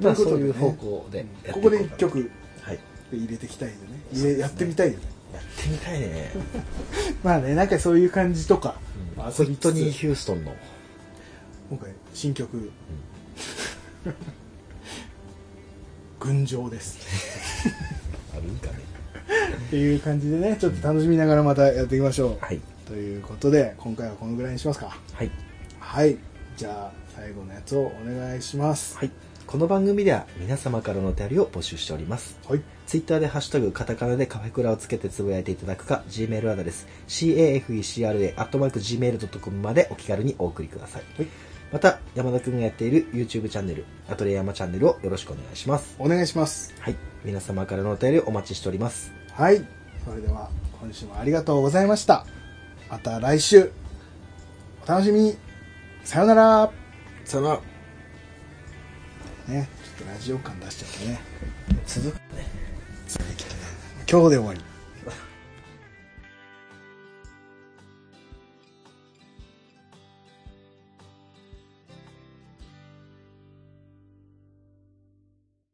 Speaker 2: まあ
Speaker 1: とい
Speaker 2: そう
Speaker 1: ことで
Speaker 2: い
Speaker 1: ね
Speaker 2: う方向
Speaker 1: うん
Speaker 2: でやって
Speaker 1: こ
Speaker 2: い
Speaker 1: こ
Speaker 2: う
Speaker 1: で
Speaker 2: か
Speaker 1: 一曲
Speaker 2: はい
Speaker 1: 入れていきたいよね
Speaker 2: そう
Speaker 1: 入
Speaker 2: です
Speaker 1: れ
Speaker 2: ね
Speaker 1: やってみたいよね
Speaker 2: やってみたいね、
Speaker 1: まあねなんかそういう感じとか、
Speaker 2: うん、
Speaker 1: まあ
Speaker 2: ホイットニー・
Speaker 1: 遊びつつ
Speaker 2: ヒューストンの
Speaker 1: 今回新曲「群青」です
Speaker 2: あるんかね
Speaker 1: っていう感じでねちょっと楽しみながらまたやっていきましょう
Speaker 2: はい
Speaker 1: ということで今回はこのぐらいにしますか
Speaker 2: はい
Speaker 1: はいじゃあ最後のやつをお願いします
Speaker 2: はいこの番組では皆様からのお便りを募集しております
Speaker 1: はい
Speaker 2: ツイッターでハッシュタグカタカナでカフェクラをつけてつぶやいていただくか Gmail アドレス cafecra.gmail.com までお気軽にお送りください、
Speaker 1: はい
Speaker 2: また山田くんがやっている YouTube チャンネルアトレ山チャンネルをよろしくお願いします
Speaker 1: お願いします
Speaker 2: はい皆様からのお便りをお待ちしております
Speaker 1: はいそれでは今週もありがとうございましたまた来週お楽しみにさよなら
Speaker 2: さよなら
Speaker 1: ねちょっとラジオ感出しちゃってね
Speaker 2: 続く
Speaker 1: 今日で終わり